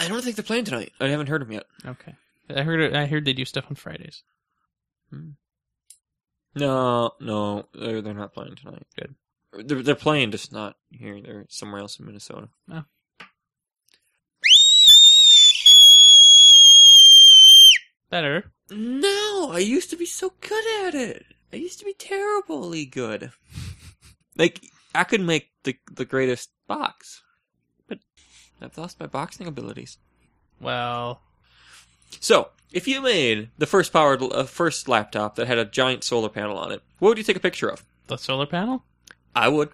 D: I don't think they're playing tonight. I haven't heard them yet.
C: Okay, I heard it, I heard they do stuff on Fridays.
D: No, no, they're, they're not playing tonight.
C: Good.
D: They're, they're playing, just not here. They're somewhere else in Minnesota.
C: Oh. Better.
D: No, I used to be so good at it. I used to be terribly good. like I could make the the greatest box, but I've lost my boxing abilities.
C: Well,
D: So, if you made the first powered uh, first laptop that had a giant solar panel on it, what would you take a picture of?
C: the solar panel?
D: I would.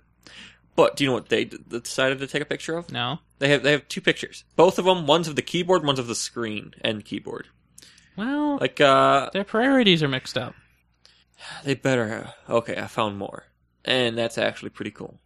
D: But do you know what they d- decided to take a picture of?
C: No.
D: They have they have two pictures. Both of them, one's of the keyboard, one's of the screen and keyboard.
C: Well,
D: Like uh
C: their priorities are mixed up.
D: They better have. Okay, I found more. And that's actually pretty cool.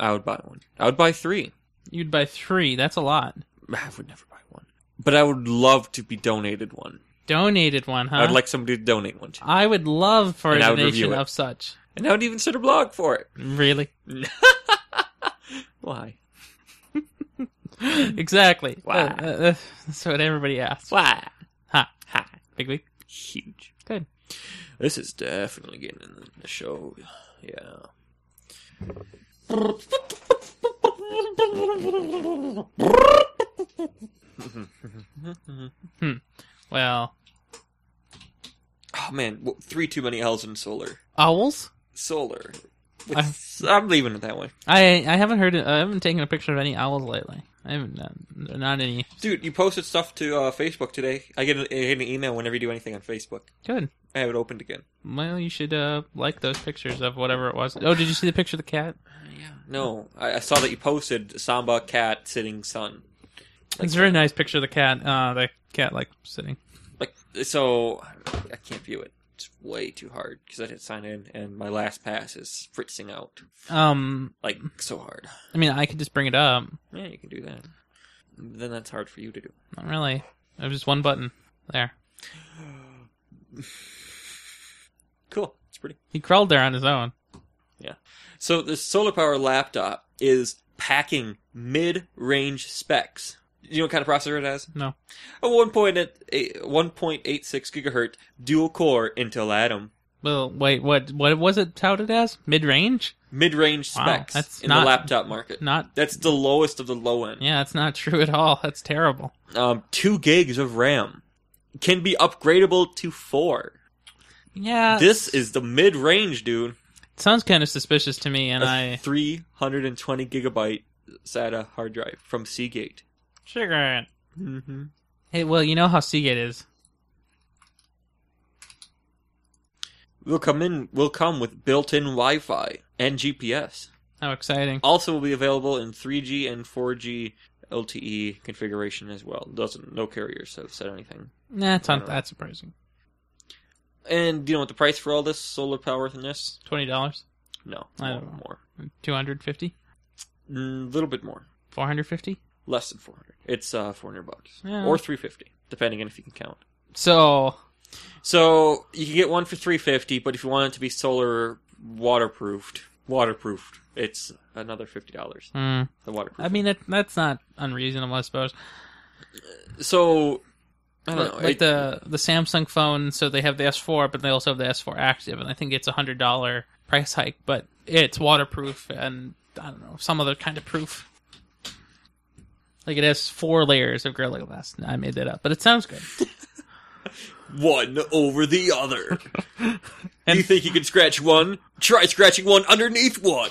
D: I would buy one. I would buy three.
C: You'd buy three. That's a lot.
D: I would never buy one. But I would love to be donated one.
C: Donated one, huh?
D: I would like somebody to donate one to.
C: I would love for
D: And I
C: a
D: would review
C: donation
D: it.
C: of such.
D: And I would even set a blog for it.
C: Really?
D: Why?
C: exactly.
D: Wow.
C: Uh, uh, uh, that's what everybody asks.
D: Why?
C: Ha.
D: Ha.
C: Big week.
D: Huge.
C: Good.
D: This is definitely getting in the show. Yeah. Oh,
C: Well,
D: Oh man, w- three too many L's in solar.
C: owls.
D: Solar.
C: I-
D: I'm leaving it that way.
C: I I haven't heard. I haven't taken a picture of any owls lately. I haven't. Uh, there are not any.
D: Dude, you posted stuff to uh, Facebook today. I get, an, I get an email whenever you do anything on Facebook.
C: Good.
D: I have it opened again.
C: Well, you should uh, like those pictures of whatever it was. Oh, did you see the picture of the cat?
D: Yeah. No, I, I saw that you posted Samba Cat Sitting Sun.
C: It's a very nice picture of the cat. Uh, the cat like sitting.
D: Like, so I can't view it. It's way too hard because I didn't sign in, and my last pass is fritzing out
C: Um,
D: like so hard.
C: I mean, I could just bring it up.
D: Yeah, you can do that. Then that's hard for you to do.
C: Not really. I was just one button there.
D: Cool. It's pretty.
C: He crawled there on his own.
D: So this solar power laptop is packing mid-range specs You know what kind of processor it has?
C: No.
D: A 1.8 1.86 gigahertz dual core Intel Atom.
C: Well, wait, what? What was it touted as? Mid range?
D: Mid range
C: Wow,
D: specs
C: that's
D: in
C: not-
D: the laptop market.
C: Not.
D: That's the lowest of the low end.
C: Yeah, that's not true at all. That's terrible.
D: Um, 2 gigs of RAM can be upgradable to 4.
C: Yeah,
D: This is the mid range, dude.
C: it sounds kind of suspicious to me, and
D: a
C: I
D: 320 gigabyte SATA hard drive from Seagate.
C: sugar.
D: Mm-hmm.
C: Hey, well, you know how Seagate is.
D: Will come in. Will come with built-in Wi-Fi and GPS.
C: How exciting!
D: Also, will be available in 3G and 4G LTE E configuration as well. Doesn't no carriers have said anything.
C: Nah, it's not
D: Uh,
C: that surprising.
D: And do you know what the price for all this solar power than this?
C: Twenty dollars,
D: No,
C: I
D: more,
C: don't know.
D: more,
C: two hundred fifty,
D: a little bit more,
C: four hundred fifty.
D: less than 400. It's uh 400 bucks
C: Yeah.
D: or 350, depending on if you can count.
C: So
D: So you can get one for three fifty, but if you want it to be solar waterproofed, waterproofed, it's another fifty dollars.
C: hmm,
D: The waterproof.
C: I mean, that, that's not unreasonable, I suppose.
D: so I don't know.
C: Like the the Samsung phone, so they have the S4, but they also have the S4 Active, and I think it's a hundred dollar price hike, but it's waterproof and I don't know some other kind of proof. Like it has four layers of Gorilla Glass. I made that up, but it sounds good.
D: one over the other.
C: And-
D: you think you can scratch one? Try scratching one underneath one.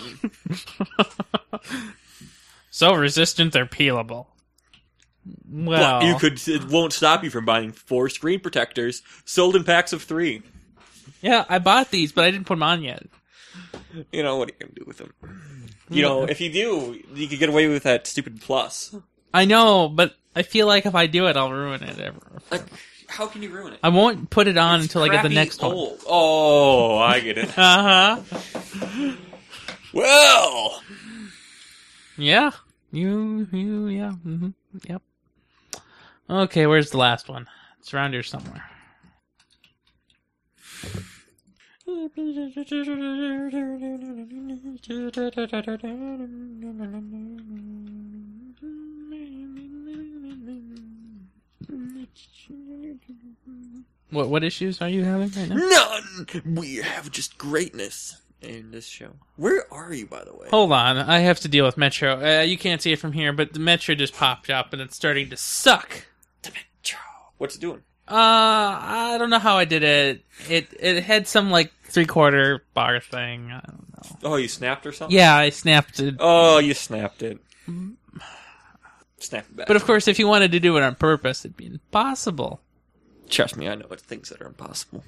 C: So resistant, they're peelable. Well,
D: But you could. It won't stop you from buying four screen protectors sold in packs of three.
C: yeah, I bought these, but I didn't put them on yet.
D: You know what are you gonna do with them? You know, if you do, you could get away with that stupid plus.
C: I know, but I feel like if I do it, I'll ruin it. Ever.
D: Like, how can you ruin it?
C: I won't put it on until I get the
D: Crappy
C: next one.
D: old. Oh, I get it.
C: Uh huh.
D: well,
C: Yeah. You. You. Yeah. hmm Yep. Okay, where's the last one? It's around here somewhere. What what issues are you having right now?
D: none. We have just greatness in this show. Where are you, by the way?
C: Hold on, I have to deal with Metro. Uh, you can't see it from here, but the Metro just popped up and it's starting to suck.
D: What's it doing?
C: Uh, I don't know how I did it. It it had some like three quarter bar thing. I don't know.
D: Oh, you snapped or something?
C: Yeah, I snapped it.
D: Oh, you snapped it. Mm. Snap it back.
C: But of course, if you wanted to do it on purpose, it'd be impossible.
D: trust me, I know it's things that are impossible.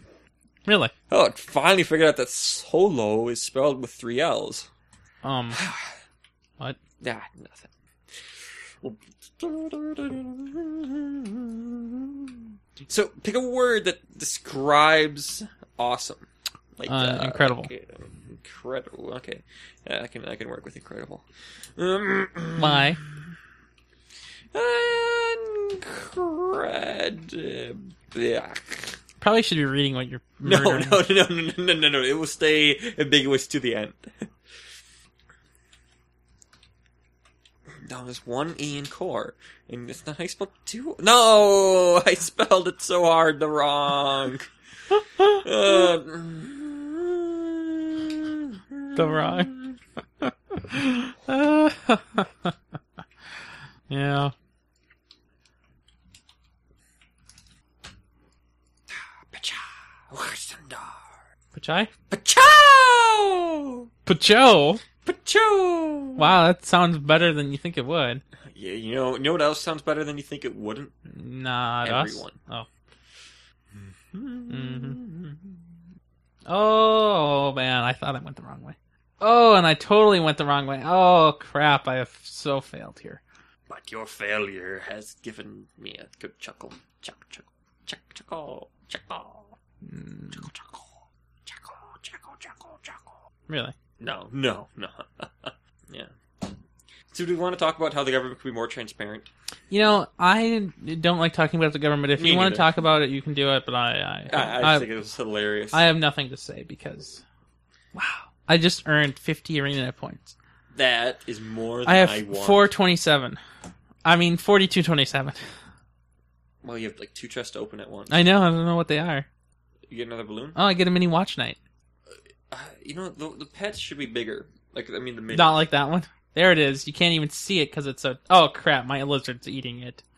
C: Really?
D: Oh, I finally figured out that solo is spelled with three L's.
C: Um, what?
D: Nah, nothing. So pick a word that describes awesome. Like
C: Uh, incredible.
D: okay, incredible. Okay, Yeah, I can I can work with incredible. Um,
C: Why?
D: Incredible.
C: Probably should be reading what you're.
D: No, no,
C: murdering.
D: no, no, no, no, no, no. It will stay ambiguous to the end. No, there's one E in core, and it's not how you spell two. No, I spelled it so hard the wrong. Uh,
C: The wrong. Uh, yeah. Pachow.
D: Pachow!
C: Pacho.
D: Pachow!
C: Wow, that sounds better than you think it would.
D: Yeah, you know, you know what else sounds better than you think it wouldn't?
C: Not
D: Everyone.
C: us. Oh.
D: Hmm.
C: mm-hmm. Oh man, I thought I went the wrong way. Oh, and I totally went the wrong way. Oh crap, I have so failed here.
D: But your failure has given me a good chuckle. Chuck, chuckle, chuck, chuckle, chuckle,
C: Hmm.
D: chuckle, chuckle, chuckle, chuckle, chuckle, chuckle.
C: Really?
D: No, no, no. yeah. So, do we want to talk about how the government could be more transparent?
C: You know, I don't like talking about the government. If
D: Me
C: you want
D: neither.
C: to talk about it, you can do it, but I I,
D: I, I,
C: I-
D: just think it was hilarious.
C: I have nothing to say because wow, I just earned 50 arena points.
D: that is more than
C: I
D: I,
C: have
D: want.
C: 427. I mean, forty-two twenty-seven.
D: Well, you have like two chests to open at once.
C: I know. I don't know what they are.
D: You get another balloon.
C: Oh, I get a mini watch night.
D: Uh, you know, the, the pets should be bigger. Like, I mean, the mini.
C: Not like that one. There it is. You can't even see it because it's so. Oh crap! My lizard's eating it.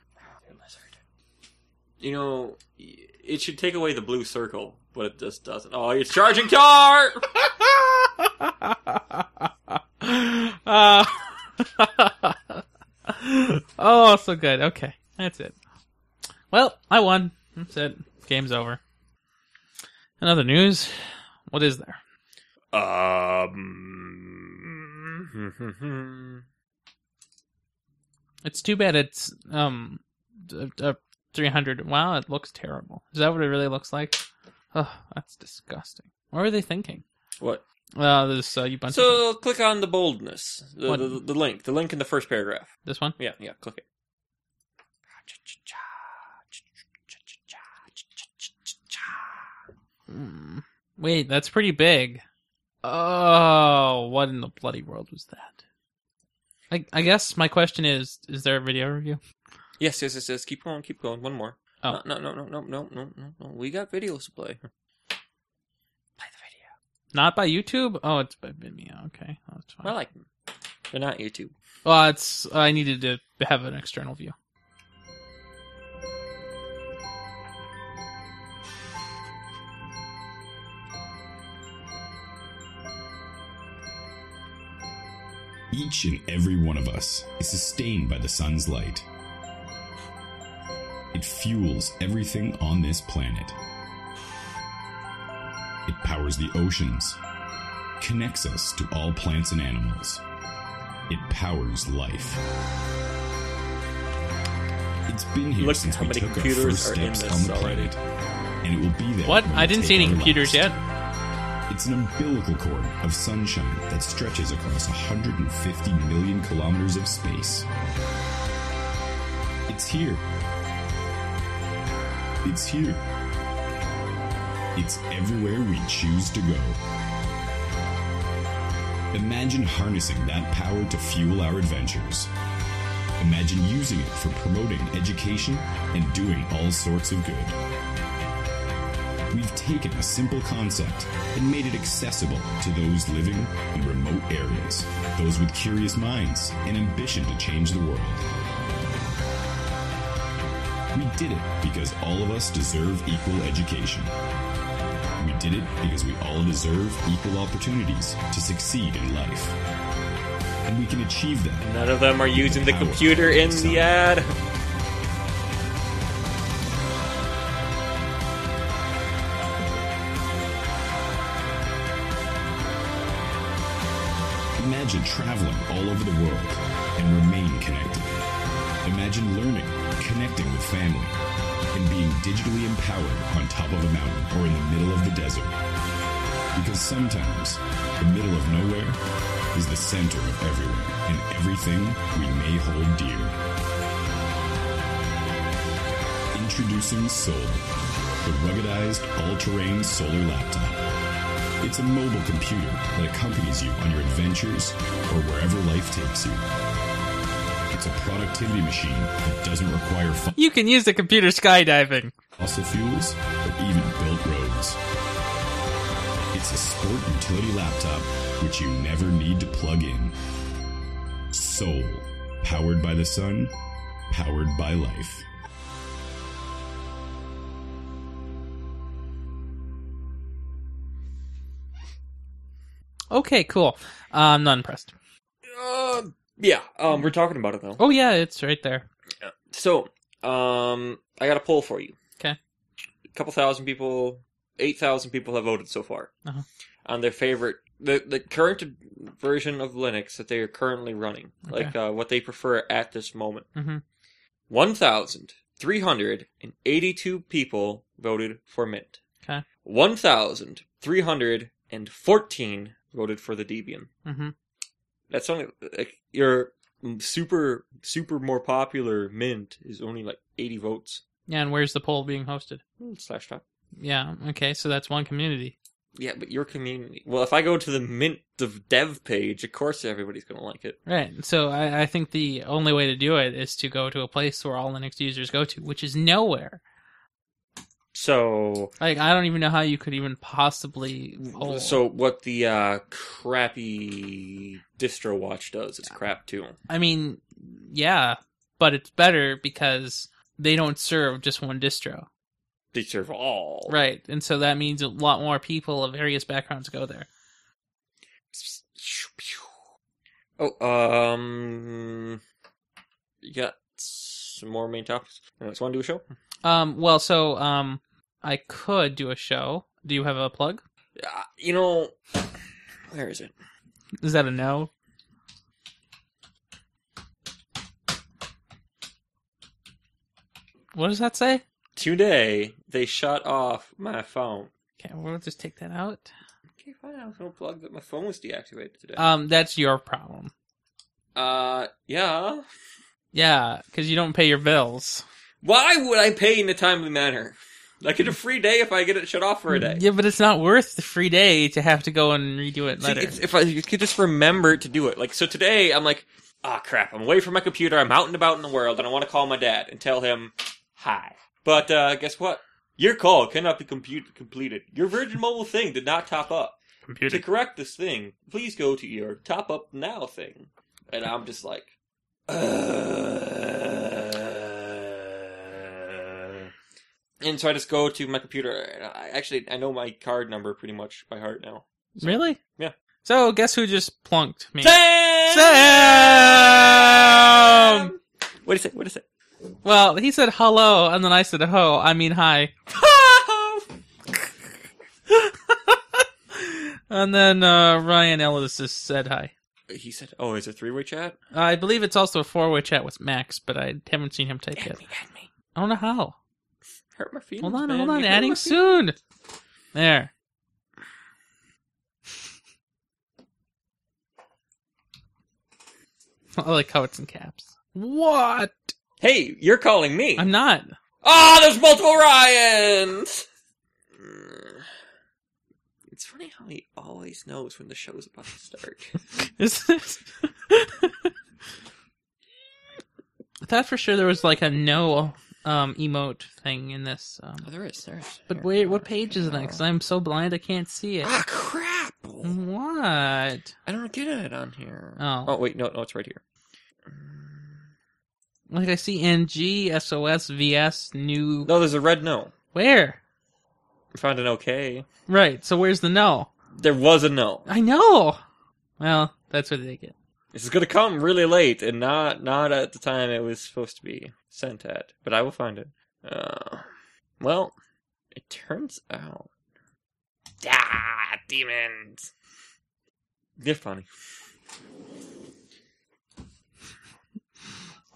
D: You know, y- it should take away the blue circle, but it just doesn't. Oh, it's charging car.
C: Uh, oh, so good. Okay, that's it. Well, I won. That's it. Game's over. Another news. What is there?
D: um.
C: It's too bad it's um d- d- 300. Wow, it looks terrible. Is that what it really looks like? Oh, that's disgusting. What were they thinking?
D: what?
C: Uh, this uh, you bunch of
D: So click on the boldness, the,
C: What?
D: the, the link, the link in the first paragraph.
C: this one.
D: Yeah, yeah, click it.
C: Hmm. Wait, that's pretty big. Oh, what in the bloody world was that? I I guess my question is: Is there a video review?
D: Yes, yes, yes, yes. Keep going, keep going. One more.
C: Oh.
D: No, no, no, no, no, no, no, no. We got videos to play. Play the video.
C: Not by YouTube. Oh, it's by Vimeo. Okay, that's fine.
D: I like them. They're not YouTube.
C: well, it's I needed to have an external view.
E: Each and every one of us is sustained by the sun's light. It fuels everything on this planet. It powers the oceans, connects us to all plants and animals. It powers life. It's been here
D: Look
E: since
D: how
E: we
D: many
E: took our
D: computers
E: first
D: are in
E: steps
D: this
E: on the
D: cell.
E: planet, and it will be there.
C: What?
E: when we
C: I didn't
E: take
C: see any
E: our
C: computers
E: last.
C: yet.
E: It's an umbilical cord of sunshine that stretches across 150 million kilometers of space. It's here. It's here. It's everywhere we choose to go. Imagine harnessing that power to fuel our adventures. Imagine using it for promoting education and doing all sorts of good we've taken a simple concept and made it accessible to those living in remote areas, those with curious minds and ambition to change the world. We did it because all of us deserve equal education. We did it because we all deserve equal opportunities to succeed in life. And we can achieve that
D: None of them are using the
E: Power.
D: computer in the ad.
E: Imagine traveling all over the world and remain connected. Imagine learning, connecting with family, and being digitally empowered on top of a mountain or in the middle of the desert. Because sometimes the middle of nowhere is the center of everywhere and everything we may hold dear. Introducing Solar, the ruggedized all-terrain solar laptop. It's a mobile computer that accompanies you on your adventures or wherever life takes you. It's a productivity machine that doesn't require fo-
C: You can use the computer skydiving.
E: fossil fuels or even built roads. It's a sport utility laptop which you never need to plug in. Soul, powered by the sun, powered by life.
C: Okay, cool. Uh, I'm not impressed.
D: Uh, yeah, um, we're talking about it though.
C: Oh yeah, it's right there.
D: So, um, I got a poll for you.
C: 'Kay.
D: A couple thousand people, eight thousand people have voted so far
C: Uh-huh.
D: on their favorite, the the current version of Linux that they are currently running,
C: Okay.
D: like uh, what they prefer at this moment.
C: Mhm.
D: One thousand three hundred and eighty-two people voted for Mint.
C: 'Kay.
D: One thousand three hundred and fourteen voted for the Debian.
C: hmm
D: That's only like your super super more popular mint is only like eighty votes.
C: Yeah, and where's the poll being hosted?
D: Slash top.
C: Yeah. Okay, so that's one community.
D: Yeah, but your community. Well, if I go to the Mint of Dev page, of course everybody's going to like it.
C: Right. So I, I think the only way to do it is to go to a place where all Linux users go to, which is nowhere.
D: So,
C: Like I don't even know how you could even possibly. Oh,
D: so what the uh, crappy distro watch does? It's crap too.
C: I mean, yeah, but it's better because they don't serve just one distro,
D: They serve all.
C: right? And so that means a lot more people of various backgrounds go there.
D: Oh, um, you got some more main topics. Anyways, want to do a show?
C: Um. Well, so um, I could do a show. Do you have a plug?
D: Uh, you know, where is it?
C: Is that a no? What does that say?
D: Today they shut off my phone.
C: Okay, we'll just take that out.
D: Okay, fine. I was gonna plug that my phone was deactivated today.
C: Um, that's your problem.
D: Uh, yeah.
C: Yeah, because you don't pay your bills.
D: Why would I pay in a timely manner? I get a free day if I get it shut off for a day.
C: Yeah, but it's not worth the free day to have to go and redo it
D: See,
C: later.
D: it's, if I you could just remember to do it. Like, so today I'm like, ah, crap, I'm away from my computer, I'm out and about in the world, and I want to call my dad and tell him hi. But uh, guess what? Your call cannot be compute- completed. Your Virgin Mobile thing did not top up.
C: Computer.
D: To correct this thing, please go to your top up now thing. And I'm just like, "Uh." and so I just go to my computer. And I actually I know my card number pretty much by heart now.
C: Really?
D: Yeah.
C: So guess who just plunked me?
D: Sam! What is it? What is it?
C: Well, he said hello, and then I said ho. I mean hi. And then uh, Ryan Ellis just said hi.
D: he said, "Oh, is it three-way chat?"
C: I believe it's also a four-way chat with Max, but I haven't seen him take
D: Add
C: it.
D: me, add me.
C: I don't know how.
D: Hurt my feelings.
C: Hold on,
D: man.
C: hold on.
D: You hurt my
C: Adding
D: feelings.
C: soon. There. I like how it's in caps. What?
D: Hey, you're calling me.
C: I'm not.
D: Ah, there's multiple Ryans. Mm. It's funny how he always knows when the show's about to start.
C: This is. I thought for sure there was like a no um, emote thing in this. Um,
D: oh, there is, there is.
C: but wait, what page is it? Because I'm so blind I can't see it.
D: Ah, crap!
C: What?
D: I don't get it on here.
C: Mm-hmm. Oh.
D: Oh, wait, no, no, it's right here.
C: Like I see NG, SOS, VS, new.
D: No, there's a red no.
C: Where?
D: I found an okay.
C: Right, so where's the no?
D: There was a no.
C: I know! Well, that's what they get.
D: This is gonna come really late and not not at the time it was supposed to be sent at. But I will find it. Uh, well, it turns out. Ah, demons. They're funny.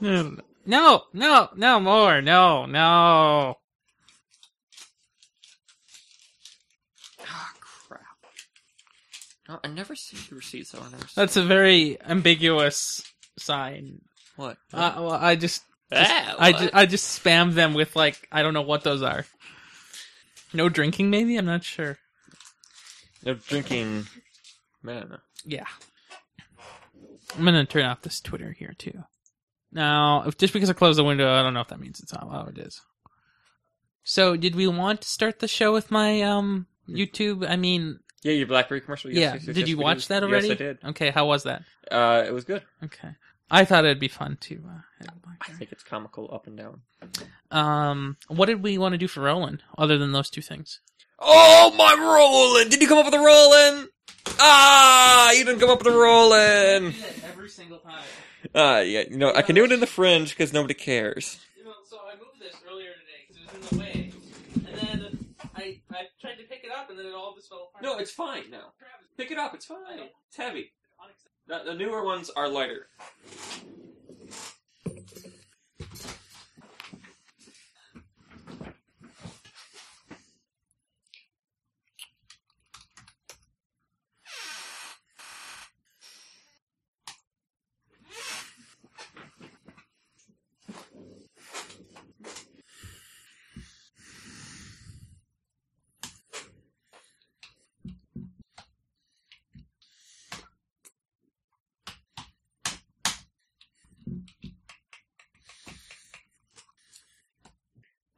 C: No, no, no, no more, no, no.
D: Ah, crap. No, Oh, I never see the receipt, so I never. See
C: That's a very ambiguous sign.
D: what?
C: Uh, well, I just, just-
D: Ah,
C: I,
D: what?
C: ju- I just spam them with like I don't know what those are. No drinking, maybe I'm not sure.
D: They're drinking. Man,
C: Yeah, I'm gonna turn off this Twitter here too. Now, if just because I closed the window, I don't know if that means it's not how it is. So, did we want to start the show with my um YouTube? I mean,
D: yeah, your BlackBerry commercial. Yes,
C: yeah.
D: yes, yes,
C: did
D: yes,
C: you
D: we
C: watch that already?
D: Yes, I did.
C: Okay, how was that?
D: Uh, it was good.
C: Okay, I thought it'd be fun to. Uh, have a
D: I think it's comical up and down.
C: Um, what did we want to do for Roland other than those two things?
D: Oh, my Roland! Did you come up with a Roland? Ah, you didn't come up with a Roland!
C: every single time.
D: Uh, yeah, you know, I can do it in the fringe because nobody cares.
C: You know, so I moved this earlier today because it was in the way, and then I I tried to pick it up and then it all just fell apart.
D: it's fine now. Pick it up, it's fine. It's heavy. The, the newer ones are lighter.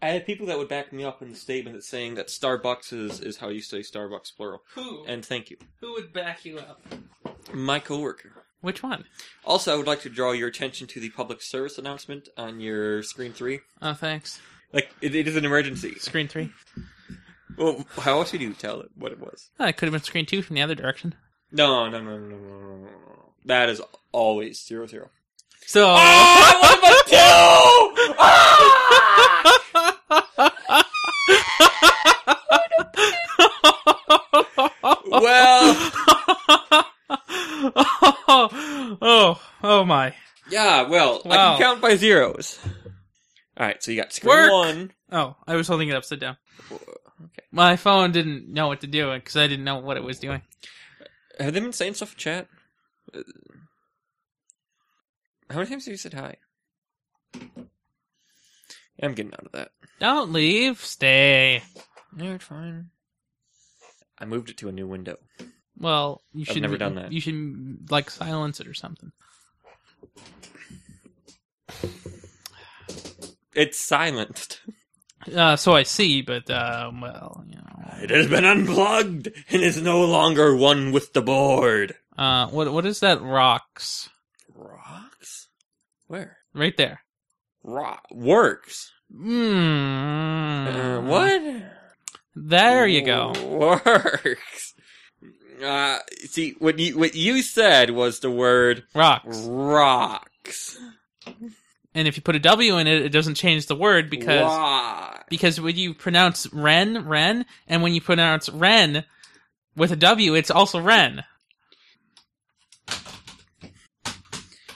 D: I had people that would back me up in the statement that's saying that Starbucks is, is how you say Starbucks plural.
C: Who?
D: And thank you.
C: who would back you up?
D: My coworker.
C: Which one?
D: Also, I would like to draw your attention to the public service announcement on your screen three.
C: Oh, thanks.
D: Like, it, it is an emergency.
C: Screen three.
D: Well, how else would you tell it what it was?
C: Oh, it could have been screen two from the other direction.
D: No, no, no, no, no, no, no, no. That is always zero zero.
C: So. Ah!
D: Ah! well,
C: oh, oh, oh my.
D: yeah, well, I
C: Wow.
D: can count by zeros. All right, so you got screen
C: Work.
D: one.
C: Oh, I was holding it upside down. My phone didn't know what to do because I didn't know what it was doing.
D: Have they been saying stuff in chat? Uh, How many times have you said hi? I'm getting out of that.
C: Don't leave. Stay.
D: No, it's fine. I moved it to a new window.
C: Well, you should
D: never done that.
C: You should like silence it or something.
D: It's silenced.
C: Uh, so I see, but uh, well, you know.
D: It has been unplugged and is no longer one with the board.
C: Uh, what what is that? Rocks
D: Rocks? Where?
C: right there.
D: Rock works.
C: Mm.
D: Uh, what?
C: There you go.
D: Works. Uh, see what you what you said was the word
C: Rocks.
D: rocks.
C: And if you put a W in it, it doesn't change the word because
D: Rock.
C: because when you pronounce Ren, Ren, and when you pronounce Ren with a W, it's also Ren.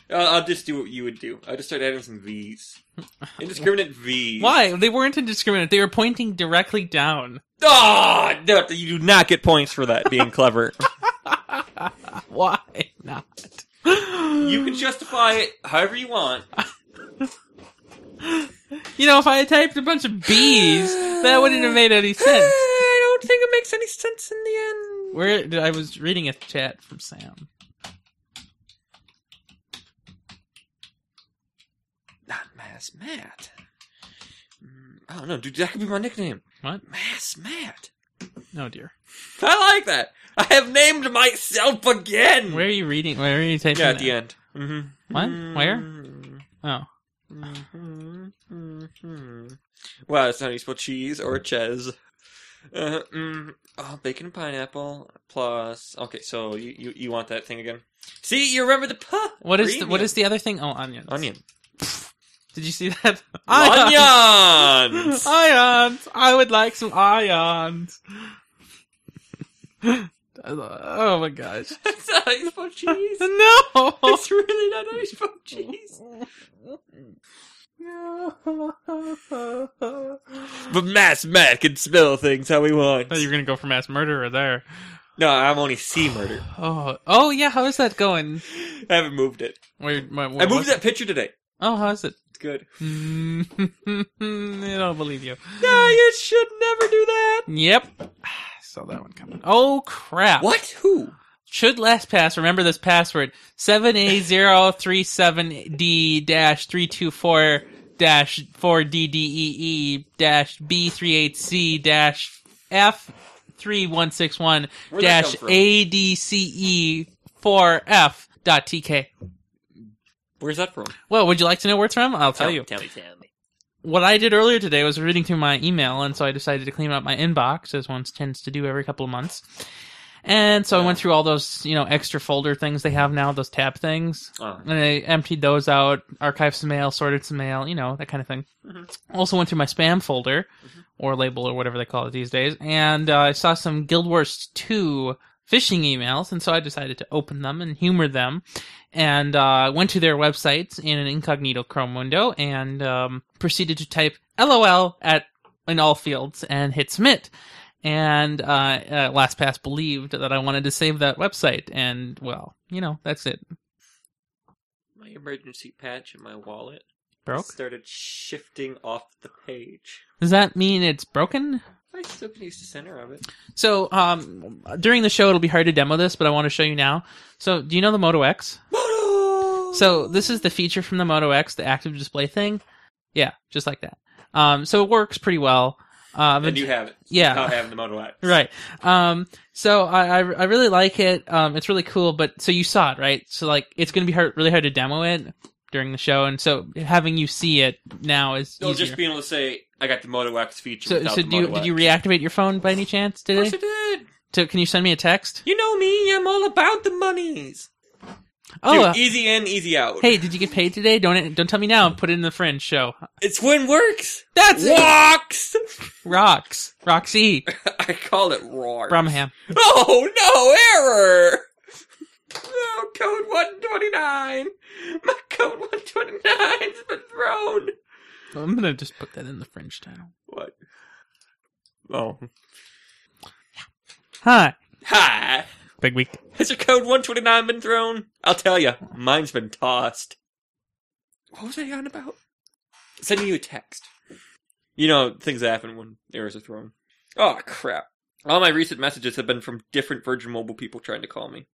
D: I'll, I'll just do what you would do. I'll just start adding some V's. Indiscriminate V's.
C: Why? They weren't indiscriminate. They were pointing directly down.
D: Ah, no, you do not get points for that being clever.
C: Why not?
D: you can justify it however you want.
C: You know, if I had typed a bunch of B's, that wouldn't have made any sense.
D: I don't think it makes any sense in the end.
C: Where I was reading a chat from Sam.
D: Not Mass Matt. Mm, I don't know, dude. That could be my nickname.
C: What?
D: Mass Matt.
C: Oh dear.
D: I like that. I have named myself again.
C: Where are you reading? Where are you typing?
D: Yeah, at
C: that?
D: the end. Mm-hmm.
C: What? Where? Oh,
D: Mm-hmm. Mm-hmm. Well, it's not how you spell cheese or ches. Uh, mm, oh, bacon and pineapple plus. Okay, so you, you, you want that thing again? See, you remember the puh.
C: what is the, what is the other thing? Oh, onions.
D: onion?
C: Did you see that?
D: Onions.
C: Ions! I would like some ions. oh my gosh.
D: That's not how you spell cheese.
C: No!
D: It's really not how you spell cheese. But Mass Matt can spell things how he
C: Oh,
D: wants.
C: you're gonna go for mass murderer there.
D: No, I'm only C murder.
C: Oh, oh yeah. How is that going?
D: I haven't moved it.
C: Where, my,
D: I moved that picture today.
C: Oh, how is it?
D: It's good.
C: Mm, I don't believe you.
D: No, you should never do that.
C: Yep. Saw that one coming. Oh crap!
D: What? Who?
C: Should LastPass remember this password?
D: Where'd that come from?
C: E E 7A037D-4DDEE-B3HC-F3161-ADCE4F.tk.
D: Where's that from?
C: Well, would you like to know where it's from? I'll tell you.
D: Tell me, tell me.
C: What I did earlier today was reading through my email, and so I decided to clean up my inbox, as one tends to do every couple of months. And so I went through all those, you know, extra folder things they have now, those tab things.
D: Oh.
C: And I emptied those out, archived some mail, sorted some mail, you know, that kind of thing. Also went through my spam folder, or label, or whatever they call it these days, and uh, I saw some Guild Wars 2 phishing emails, and so I decided to open them and humor them, and uh, went to their websites in an incognito Chrome window, and um, proceeded to type LOL at in all fields and hit submit. And uh, uh, LastPass believed that I wanted to save that website, and well, you know, that's it.
D: My emergency patch in my wallet
C: Broke?
D: started shifting off the page.
C: Does that mean it's broken?
D: I still can use the center of it.
C: So, um, during the show, it'll be hard to demo this, but I want to show you now. So, do you know the Moto X?
D: Moto!
C: So this is the feature from the Moto X, the active display thing. Yeah, just like that. Um, so it works pretty well. Um,
D: and you have it.
C: yeah.
D: Not having the Moto X.
C: right. Um, so I, I I really like it. Um, it's really cool. But so you saw it, right? So like it's gonna be hard, really hard to demo it during the show, and so having you see it now is
D: They'll
C: easier.
D: just being able to say, "I got the Moto X feature."
C: so
D: without
C: so
D: the
C: do you,
D: Moto
C: did
D: X.
C: you reactivate your phone by any chance
D: Of
C: today?
D: course I did.
C: So can you send me a text?
D: You know me. I'm all about the monies.
C: Oh,
D: Dude,
C: uh,
D: easy in, easy out.
C: hey, did you get paid today? Don't don't tell me now. Put it in the fringe show.
D: it's when works.
C: That's it.
D: Walks.
C: Rocks. Roxy
D: I called it roar.
C: Bromham.
D: Oh no, error! Oh, code 129! My code 129's been thrown!
C: I'm gonna just put that in the fringe title.
D: What? Oh.
C: Hi.
D: Hi!
C: Big week.
D: Has your code 129 been thrown? I'll tell you, mine's been tossed. What was I on about? Sending you a text. You know, things happen when errors are thrown. Oh, crap. All my recent messages have been from different Virgin Mobile people trying to call me.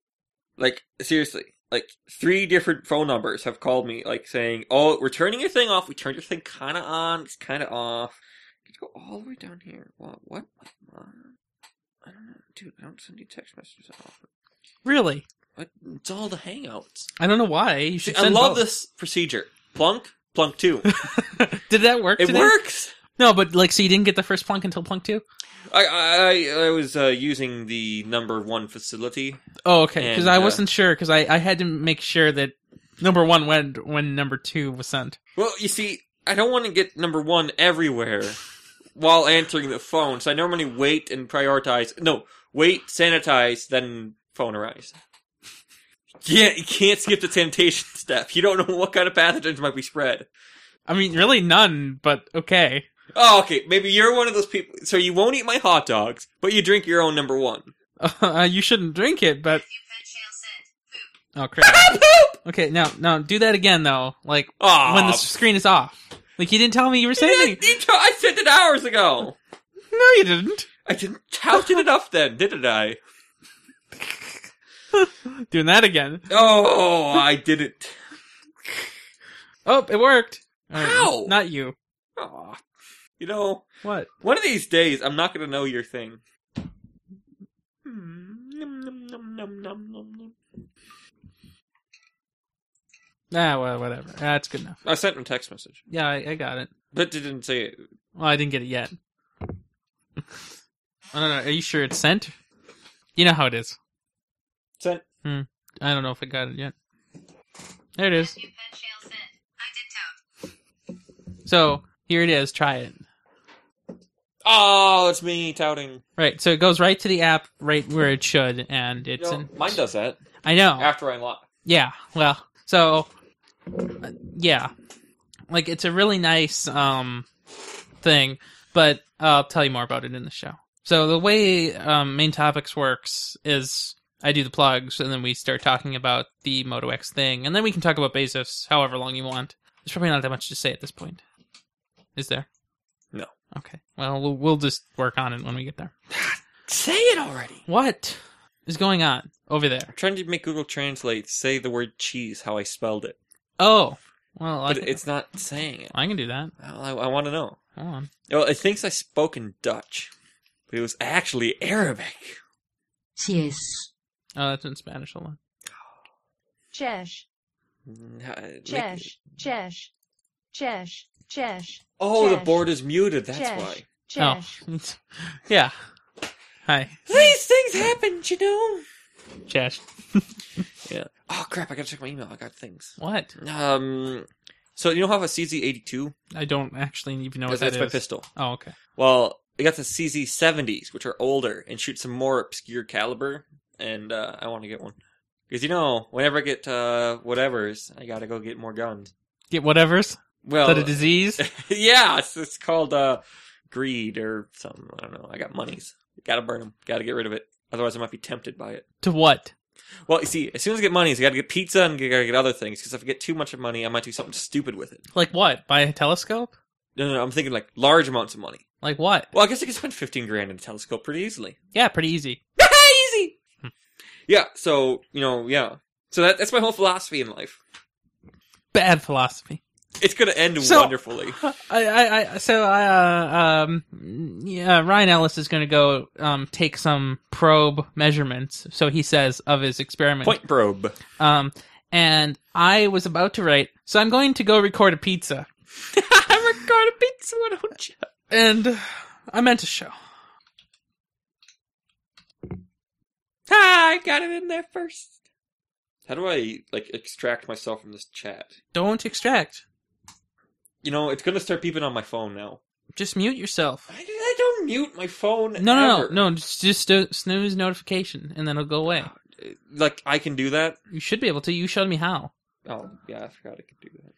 D: Like, seriously. Like, three different phone numbers have called me, like, saying, Oh, we're turning your thing off. We turned your thing kind of on. It's kind of off. Could you go all the way down here. What? What? I don't know. Dude, I don't send you text messages that often.
C: Really?
D: What? It's all the hangouts.
C: I don't know why. You should.
D: See, I
C: send
D: love
C: both.
D: this procedure. Plunk, plunk two.
C: Did that work?
D: It
C: today?
D: works.
C: No, but like, so you didn't get the first plunk until plunk two.
D: I I, I was uh, using the number one facility.
C: Oh, okay. Because
D: And,
C: I
D: uh,
C: wasn't sure. Because I, I had to make sure that number one went when number two was sent.
D: Well, you see, I don't want to get number one everywhere while answering the phone, so I normally wait and prioritize. No, wait, sanitize, then phone arrives. Yeah, you can't skip the sanitation step. You don't know what kind of pathogens might be spread.
C: I mean, really none. But okay.
D: Oh, okay. Maybe you're one of those people. So you won't eat my hot dogs, but you drink your own number one.
C: Uh, you shouldn't drink it, but oh crap.
D: Poop!
C: Okay, now now do that again though. Like
D: Aw,
C: when the screen is off. Like you didn't tell me you were
D: yeah,
C: saving.
D: you t- I sent it hours ago.
C: No, you didn't.
D: I didn't tout it enough then, didn't I?
C: Doing that again.
D: Oh, I didn't.
C: Oh, it worked. All
D: How?
C: Not you.
D: Aw. You know,
C: What?
D: one of these days I'm not gonna know your thing. Hmm, nom, nom, nom, nom, nom, nom, nom.
C: Ah, well, whatever. That's good enough.
D: I sent him a text message,
C: Yeah, I, I got it.
D: but it didn't say it.
C: Well, I didn't get it yet. I don't know. Are you sure it's sent? You know how it is.
D: Sent.
C: I don't know if I got it yet. There it is. So here it is. Try it.
D: Oh, it's me touting.
C: Right. So it goes right to the app, right where it should, and
D: You
C: it's.
D: know,
C: in, Oh.
D: mine does that
C: I know.
D: after I lock.
C: Yeah. Well, so uh, yeah, like it's a really nice um thing, but I'll tell you more about it in the show. So the way um, main topics works is I do the plugs, and then we start talking about the Moto X thing, and then we can talk about Bezos however long you want. There's probably not that much to say at this point, is there?
D: No.
C: Okay. Well, we'll, we'll just work on it when we get there.
D: Say it already.
C: What is going on over there?
D: I'm trying to make Google Translate say the word cheese how I spelled it,
C: Oh, well, I
D: but
C: can,
D: it's not saying it.
C: I can do that.
D: Well, I, I want to know.
C: Hold on.
D: Well, it thinks I spoke in Dutch, but it was actually Arabic.
F: Cheers.
C: Oh, that's in Spanish. Hold on.
G: Cześć,
D: Mm,
G: cześć, cześć, cześć, cześć,
D: Oh, the
G: Czech.
D: board is muted. That's
G: Czech.
D: why.
G: cześć.
C: Oh, yeah. Hi,
D: These things happen, you know.
C: Chash.
D: Yeah. Oh crap! I gotta check my email. I got things.
C: What?
D: Um. So you know how I have a CZ82?
C: I don't actually even know
D: That's,
C: what that
D: that's
C: is.
D: my pistol.
C: Oh, okay.
D: Well, I got the CZ70s, which are older and shoot some more obscure caliber, and uh, I want to get one because you know, whenever I get uh, whatever's, I gotta go get more guns.
C: Get whatever's.
D: Well,
C: Is that a disease?
D: yeah, it's, it's called uh, greed or something. I don't know. I got monies. Gotta burn them. Gotta get rid of it. Otherwise, I might be tempted by it.
C: to what?
D: Well, you see, as soon as I get monies, I gotta get pizza and I gotta get other things. Because if I get too much of money, I might do something stupid with it.
C: Like what? Buy a telescope?
D: No, no, no I'm thinking like large amounts of money.
C: Like what?
D: Well, I guess I could spend 15 grand in a telescope pretty easily.
C: Yeah, pretty easy.
D: Easy! Yeah, so, you know, yeah. So that, that's my whole philosophy in life.
C: Bad philosophy.
D: it's going to end
C: So-
D: wonderfully.
C: I, I, I so I, uh, um, yeah, Ryan Ellis is going to go um, take some probe measurements. So he says of his experiment.
D: Point probe.
C: Um, and I was about to write. So I'm going to go record a pizza,
D: I'm recording pizza. Why don't you?
C: and I meant to show.
D: Ah, I got it in there first. How do I like extract myself from this chat?
C: Don't extract.
D: You know, it's going to start beeping on my phone now.
C: Just mute yourself.
D: I, I don't mute my phone.
C: No, no,
D: ever.
C: no, no. Just, just do- snooze notification, and then it'll go away.
D: Uh, Like I can do that.
C: You should be able to. You showed me how.
D: Oh yeah, I forgot I could do that.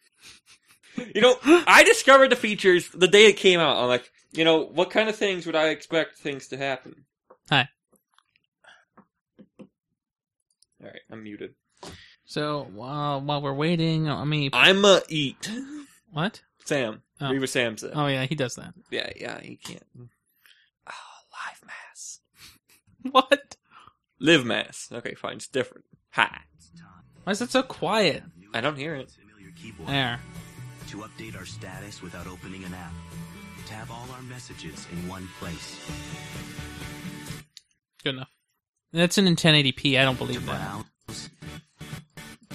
D: You know, I discovered the features the day it came out. I'm like, you know, what kind of things would I expect things to happen?
C: Hi.
D: All right, I'm muted.
C: So uh, while we're waiting, let me.
D: I'ma eat
C: What?
D: Sam.
C: Oh.
D: Read what Sam said.
C: Oh yeah, he does that.
D: Yeah, yeah, he can't. Oh, live mass.
C: What?
D: Live mass. Okay, fine. It's different. Hi.
C: Why is it so quiet?
D: I don't hear it.
H: familiar keyboard
C: There.
H: to update our status without opening an app. To have all our messages in one place.
C: Good enough. That's in 1080p. I don't
H: To
C: believe that.
H: browse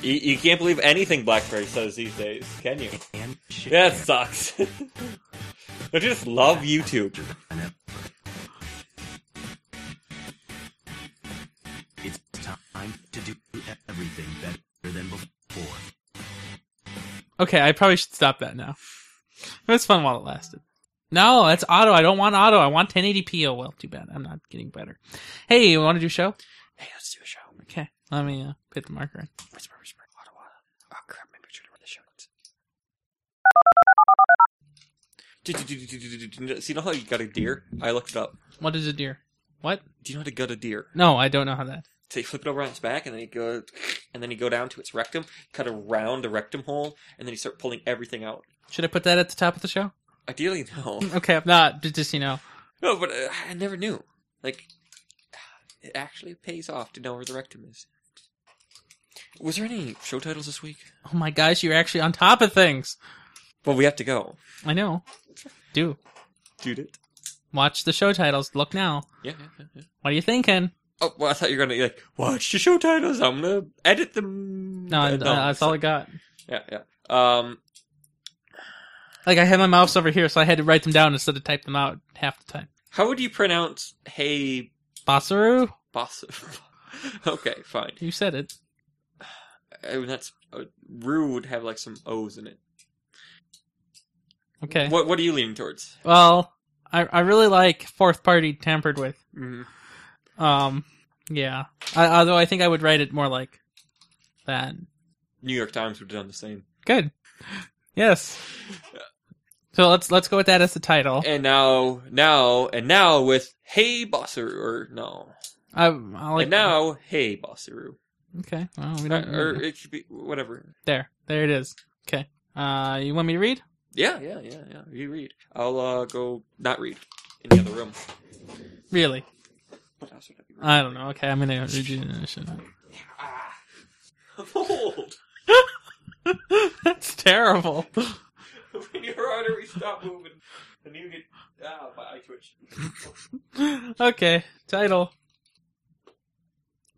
D: You, you can't believe anything BlackBerry says these days, can you?
H: and share.
D: Yeah, it sucks. I just love YouTube.
H: It's time to do everything better than before.
C: Okay, I probably should stop that now. It was fun while it lasted. No, that's auto. I don't want auto. I want 1080p. Oh well, too bad. I'm not getting better. Hey, you want to do a show?
D: Hey, let's do a show.
C: Okay, let me uh, put the marker in.
D: Whisper, whisper, Ottawa. Oh crap, maybe I should have read the show notes. See, you know how you got a deer? I looked it up.
C: What is a deer? What?
D: Do you know how to gut a deer?
C: No, I don't know how that.
D: So you flip it over on its back, and then you go, and then you go down to its rectum, cut around the rectum hole, and then you start pulling everything out.
C: Should I put that at the top of the show?
D: Ideally, no,
C: Okay, I'm not. j- Just you know.
D: no, but uh, I never knew. Like, it actually pays off to know where the rectum is. Was there any show titles this week?
C: Oh my gosh, you're actually on top of things.
D: Well, we have to go.
C: I know. Do
D: Dude, it.
C: watch the show titles. Look now.
D: Yeah, yeah, yeah, yeah.
C: What are you thinking?
D: Oh, well, I thought you were gonna like watch the show titles. I'm gonna edit them.
C: No, I- I- that's all I got.
D: Yeah, yeah. Um,
C: Like I had my mouse over here, so I had to write them down instead of type them out half the time.
D: how would you pronounce "Hey
C: Basaru,
D: Boss"? okay, fine.
C: you said it.
D: I mean, that's uh, Rue would have like some O's in it.
C: Okay.
D: What What are you leaning towards?
C: Well, I I really like fourth party tampered with.
D: Mm,
C: Um, yeah. I, although I think I would write it more like that.
D: New York Times would have done the same.
C: Good. Yes. So let's let's go with that as the title.
D: And now, now, and now with "Hey Bossaru" or no,
C: I, I like
D: and now "Hey Bossaru"
C: Okay. Well, we
D: or,
C: don't.
D: or it should be whatever.
C: there. There it is. Okay. Uh, you want me to read?
D: Yeah, yeah, yeah, yeah. You read. I'll uh, go not read in the other room.
C: Really?
D: What else would I be reading?
C: I don't know. Okay, I'm gonna read you. should I?
D: I'm old.
C: That's terrible.
D: when your arteries stop moving, and you get ah, my eye twitch.
C: okay, title.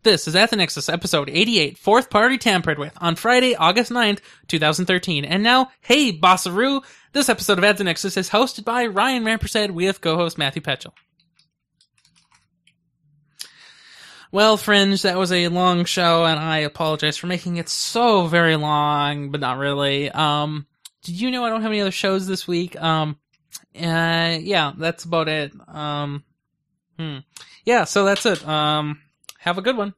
C: This is Athenexus, episode 88, Fourth Party Tampered With, on Friday, August 9th, 2013. And now, hey, Bossaroo! This episode of Athenexus is hosted by Ryan Rampersad with co-host Matthew Petchel. Well, Fringe, that was a long show, and I apologize for making it so very long, but not really. Um, did you know I don't have any other shows this week? Um, uh, yeah, that's about it. Um, hmm. Yeah, so that's it. Um, have a good one.